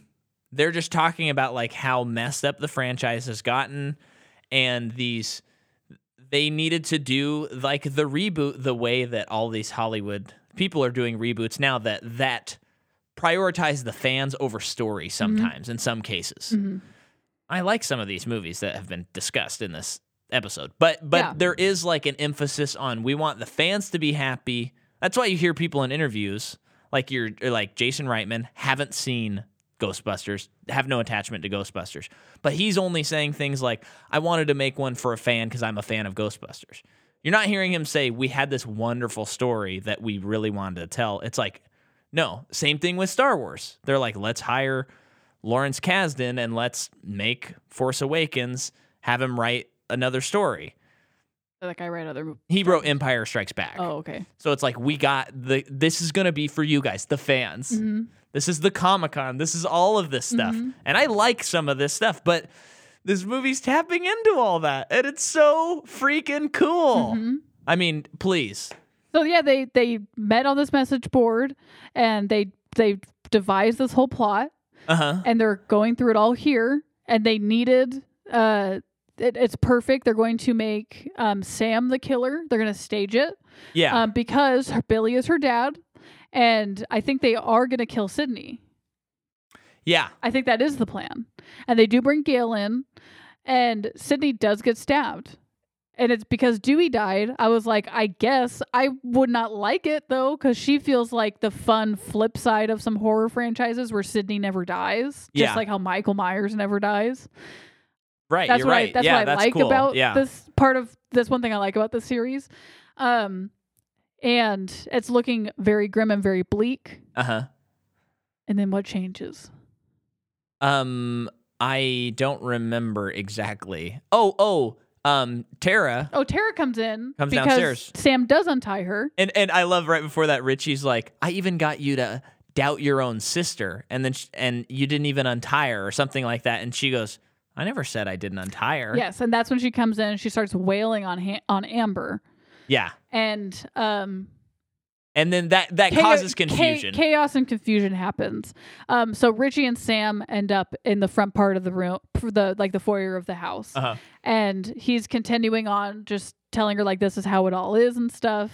they're just talking about like how messed up the franchise has gotten and these they needed to do like the reboot the way that all these Hollywood people are doing reboots now that that prioritize the fans over story sometimes in some cases. Mhm. I like some of these movies that have been discussed in this episode. But but Yeah. there is like an emphasis on we want the fans to be happy. That's why you hear people in interviews like you're or like Jason Reitman haven't seen Ghostbusters, have no attachment to Ghostbusters. But he's only saying things like I wanted to make one for a fan cuz I'm a fan of Ghostbusters. You're not hearing him say we had this wonderful story that we really wanted to tell. It's like no, same thing with Star Wars. They're like let's hire Lawrence Kasdan and let's make Force Awakens have him write another story. That guy wrote other. mo- He wrote Empire Strikes Back. Oh, okay. So it's like we got the this is going to be for you guys, the fans. Mhm. This is the Comic-Con. This is all of this stuff. Mhm. And I like some of this stuff, but this movie's tapping into all that and it's so freaking cool. Mhm. I mean, please. So yeah, they they met on this message board and they they devised this whole plot Uh-huh. and they're going through it all here and they needed uh it, it's perfect. They're going to make um, Sam the killer. They're going to stage it Yeah. um, because her, Billy is her dad, and I think they are going to kill Sydney. yeah. I think that is the plan. And they do bring Gail in, and Sydney does get stabbed. And it's because Dewey died. I was like, I guess I would not like it though, because she feels like the fun flip side of some horror franchises where Sydney never dies, Yeah. just like how Michael Myers never dies. Right. That's you're what right. I, that's yeah, what I that's like cool. about yeah. this part of that's one thing I like about this series. Um, and it's looking very grim and very bleak. Uh huh. And then what changes? Um, I don't remember exactly. Oh, oh, um, Tara. Oh, Tara comes in Comes because downstairs. Sam does untie her. And and I love right before that Richie's like, "I even got you to doubt your own sister." And then sh and you didn't even untie her or something like that and she goes, "I never said I didn't untie her." Yes, and that's when she comes in and she starts wailing on ha- on Amber. Yeah. And um, And then that that chao- causes cha- confusion. chaos and confusion happens. Um, so Richie and Sam end up in the front part of the room, the like the foyer of the house, Uh-huh. and he's continuing on just telling her like this is how it all is and stuff.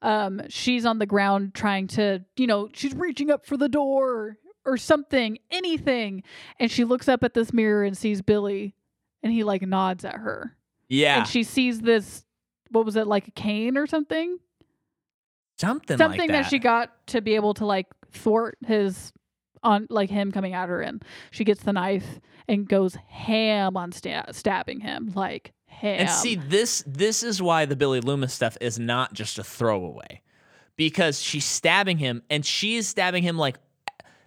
Um, she's on the ground trying to, you know, she's reaching up for the door or something, anything, and she looks up at this mirror and sees Billy, and he like nods at her, yeah. and she sees this. What was it like a cane or something? something like something that. she got to be able to like thwart his on like him coming at her and she gets the knife and goes ham on sta- stabbing him like ham And see, this this is why the Billy Loomis stuff is not just a throwaway, because she's stabbing him, and she is stabbing him like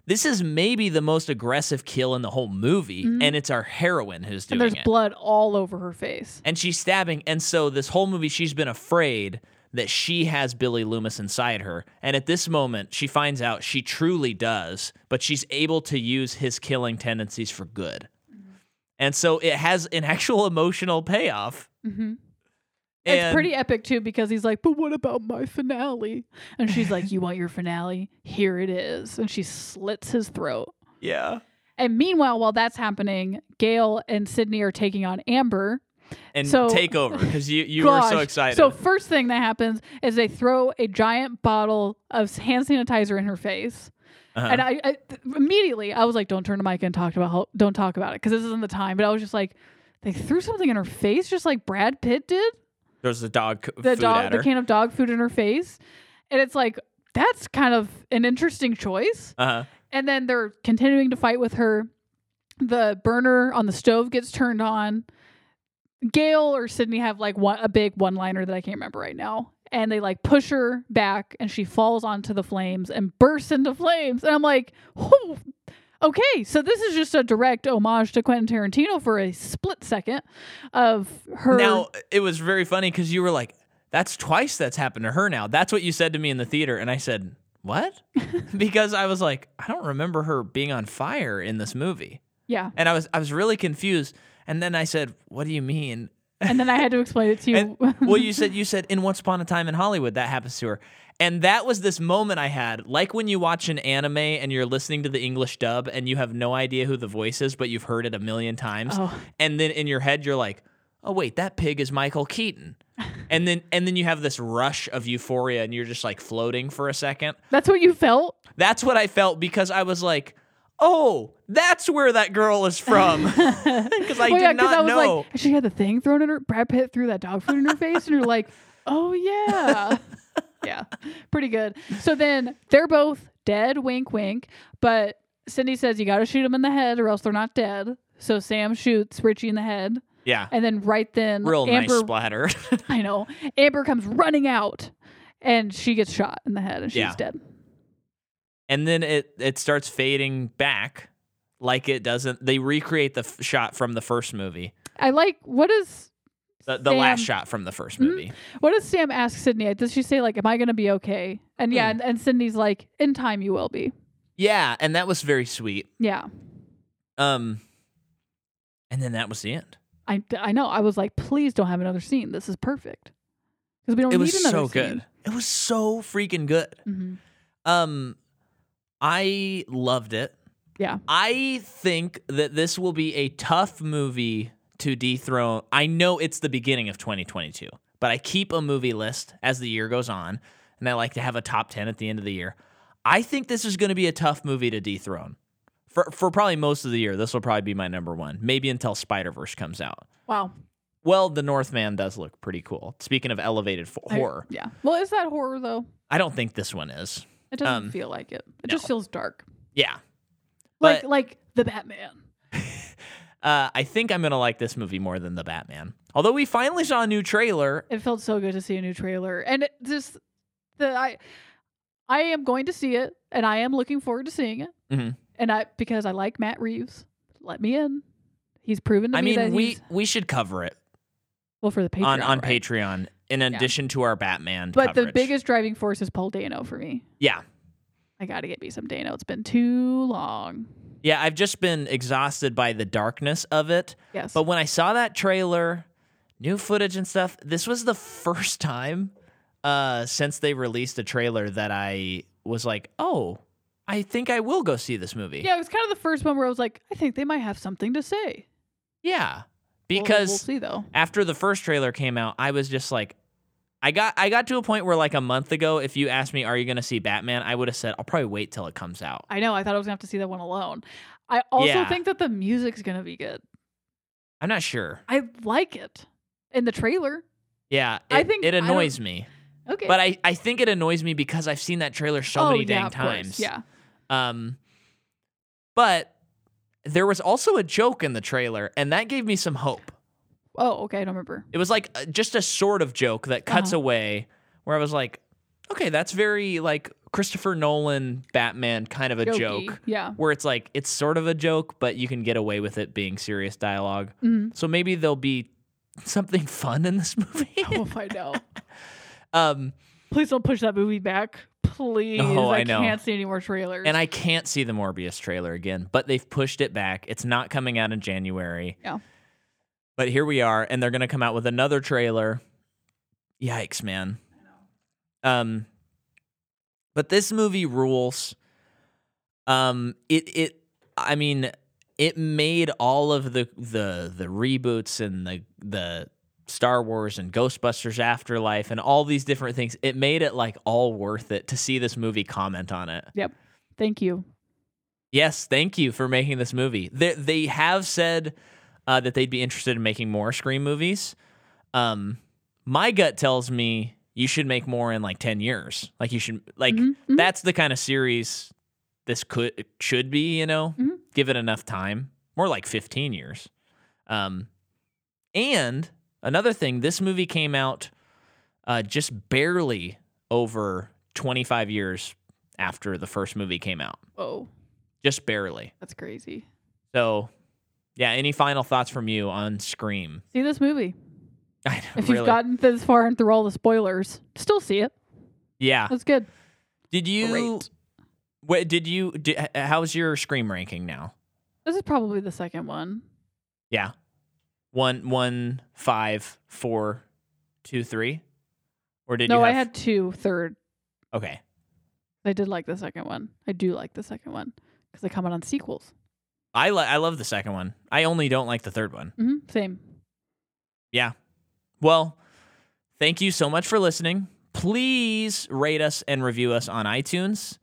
this is maybe the most aggressive kill in the whole movie, Mhm. and it's our heroine who's doing and there's it, blood all over her face and she's stabbing, and so this whole movie she's been afraid that she has Billy Loomis inside her, and at this moment she finds out she truly does, but she's able to use his killing tendencies for good, Mm-hmm. and so it has an actual emotional payoff. hmm and- it's pretty epic too because he's like but what about my finale and she's like you want your finale here it is and she slits his throat Yeah. and meanwhile while that's happening gail and sydney are taking on amber and So- take over because you you were so Gosh. excited. So first thing that happens is they throw a giant bottle of hand sanitizer in her face, Uh-huh. and I, I immediately I was like, "Don't turn to Mike and talk about how, don't talk about it," because this isn't the time. But I was just like, they threw something in her face, just like Brad Pitt did There's the dog c- the food at dog, her. the can of dog food in her face, and it's like that's kind of an interesting choice uh-huh. and then they're continuing to fight with her. The burner on the stove gets turned on. Gail or Sydney have like one, a big one liner that I can't remember right now. And they like push her back and she falls onto the flames and bursts into flames. And I'm like, oh, okay. So this is just a direct homage to Quentin Tarantino for a split second of her. Now it was very funny because you were like, "That's twice that's happened to her now." That's what you said to me in the theater, and I said, "What?" because I was like, "I don't remember her being on fire in this movie," yeah. and I was I was really confused. And then I said, "What do you mean?" And then I had to explain it to you. And, well, you said you said in Once Upon a Time in Hollywood that happens to her, and that was this moment I had, like when you watch an anime and you're listening to the English dub and you have no idea who the voice is, but you've heard it a million times, Oh. and then in your head you're like, oh wait, that pig is Michael Keaton, and then and then you have this rush of euphoria and you're just like floating for a second. That's what you felt? That's what I felt because I was like. Oh, that's where that girl is from. Because I Well, did Oh, yeah, 'cause not I was know. like, she had the thing thrown in her. Brad Pitt threw that dog food in her face, and you're like, oh yeah, yeah, pretty good. So then they're both dead, wink, wink. But Cindy says you got to shoot them in the head, or else they're not dead. So Sam shoots Richie in the head, yeah, and then right then, real nice Amber, splatter. I know, Amber comes running out, and she gets shot in the head, and she's Yeah. dead. and then it it starts fading back like it doesn't they recreate the f- shot from the first movie I like what is the, the last Sam- shot from the 1st Mhm. movie What does Sam ask Sydney? Does she say like, "Am I gonna be okay?" And yeah, Hmm. and, and Sydney's like, "In time, you will be." yeah and that was very sweet Yeah, um and then that was the end I I know. I was like, "Please don't have another scene. This is perfect." Because we don't it need was so another good it was so freaking good hmm um i loved it Yeah. i think that this will be a tough movie to dethrone i know it's the beginning of 2022 but i keep a movie list as the year goes on and i like to have a top 10 at the end of the year i think this is going to be a tough movie to dethrone for for probably most of the year. This will probably be my number one, maybe until Spider Verse comes out. Wow. Well, The Northman does look pretty cool. Speaking of elevated f- I- horror, yeah. Well, is that horror though? I, don't think this one is. It doesn't Um, feel like it. It no. just feels dark. Yeah, Like But- like the Batman. uh, I think I'm gonna like this movie more than The Batman. Although we finally saw a new trailer. It felt so good to see a new trailer, and it just the I I am going to see it, and I am looking forward to seeing it. Mhm. And I because I like Matt Reeves, let me in. He's proven to I me mean, that we he's we should cover it well for the Patreon on on right? Patreon in addition to our Batman. But the coverage. biggest driving force is Paul Dano for me. yeah, I got to get me some Dano. It's been too long. yeah. I've just been exhausted by the darkness of it. Yes. But when I saw that trailer, new footage and stuff, this was the first time uh, since they released the trailer that I was like, oh, I think I will go see this movie. yeah, it was kind of the first one where I was like, I think they might have something to say. Yeah. We'll- Because we'll see though. after the first trailer came out, I was just like, I got I got to a point where like a month ago, if you asked me, are you gonna see Batman? I would have said, I'll probably wait till it comes out. I know. I thought I was gonna have to see that one alone. I also Yeah. think that the music's gonna be good. I'm not sure. I like it in the trailer. Yeah, it, I think- it I don't- annoys me, Okay, but I, I think it annoys me because I've seen that trailer so oh, many yeah, dang of course. times. Yeah, Um, but there was also a joke in the trailer, and that gave me some hope. Oh, okay. I don't remember. It was like uh, just a sort of joke that cuts Uh-huh. away, where I was like, okay, that's very like Christopher Nolan Batman kind of a Jokey. joke, Yeah. where it's like it's sort of a joke, but you can get away with it being serious dialogue. Mhm. So maybe there'll be something fun in this movie. we'll find out. um, Oh, Please don't push that movie back. Please. Oh, I, I know. can't see any more trailers. and I can't see the Morbius trailer again, but they've pushed it back. It's not coming out in January. Yeah. But here we are, and they're gonna come out with another trailer. Yikes, man. Um but this movie rules. Um it it I mean, it made all of the the the reboots and the the Star Wars and Ghostbusters Afterlife and all these different things. It made it like all worth it to see this movie comment on it. Thank you. Yes, thank you for making this movie. They they have said uh, that they'd be interested in making more Scream movies. Um, my gut tells me you should make more in like ten years. Like you should like Mhm, mhm. that's the kind of series this could should be. You know, Mhm. give it enough time. More like fifteen years. Um, and another thing, this movie came out uh, just barely over twenty five years after the first movie came out Whoa, just barely. that's crazy. So, yeah. Any final thoughts from you on Scream? See this movie. I If really, you've gotten this far and through all the spoilers, still see it. yeah. That's good. Did you? Great. Wait, did you? Did, h- how's your Scream ranking now? This is probably the second one. Yeah, one, one, five, four, two, three. Or did no, you? I have- had two third. Okay. I did like the second one. I do like the second one because they come out on sequels. I lo- I love the second one. I only don't like the third one. hmm Same. Well, thank you so much for listening. Please rate us and review us on iTunes.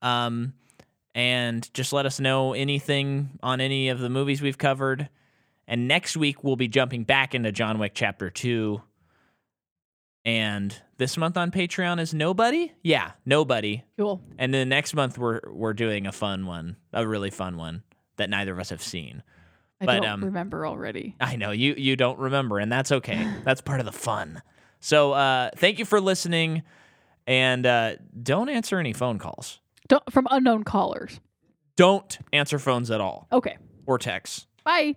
Um, and just let us know anything on any of the movies we've covered. And next week, we'll be jumping back into John Wick Chapter 2. And this month on Patreon is Nobody? Yeah, Nobody. Cool. And then next month, we're, we're doing a fun one, a really fun one that neither of us have seen. I But, don't um, remember already. I know you you don't remember, and that's okay. That's part of the fun. So uh, thank you for listening, and uh, don't answer any phone calls. Don't, from unknown callers. Don't answer phones at all Okay. or texts. Bye.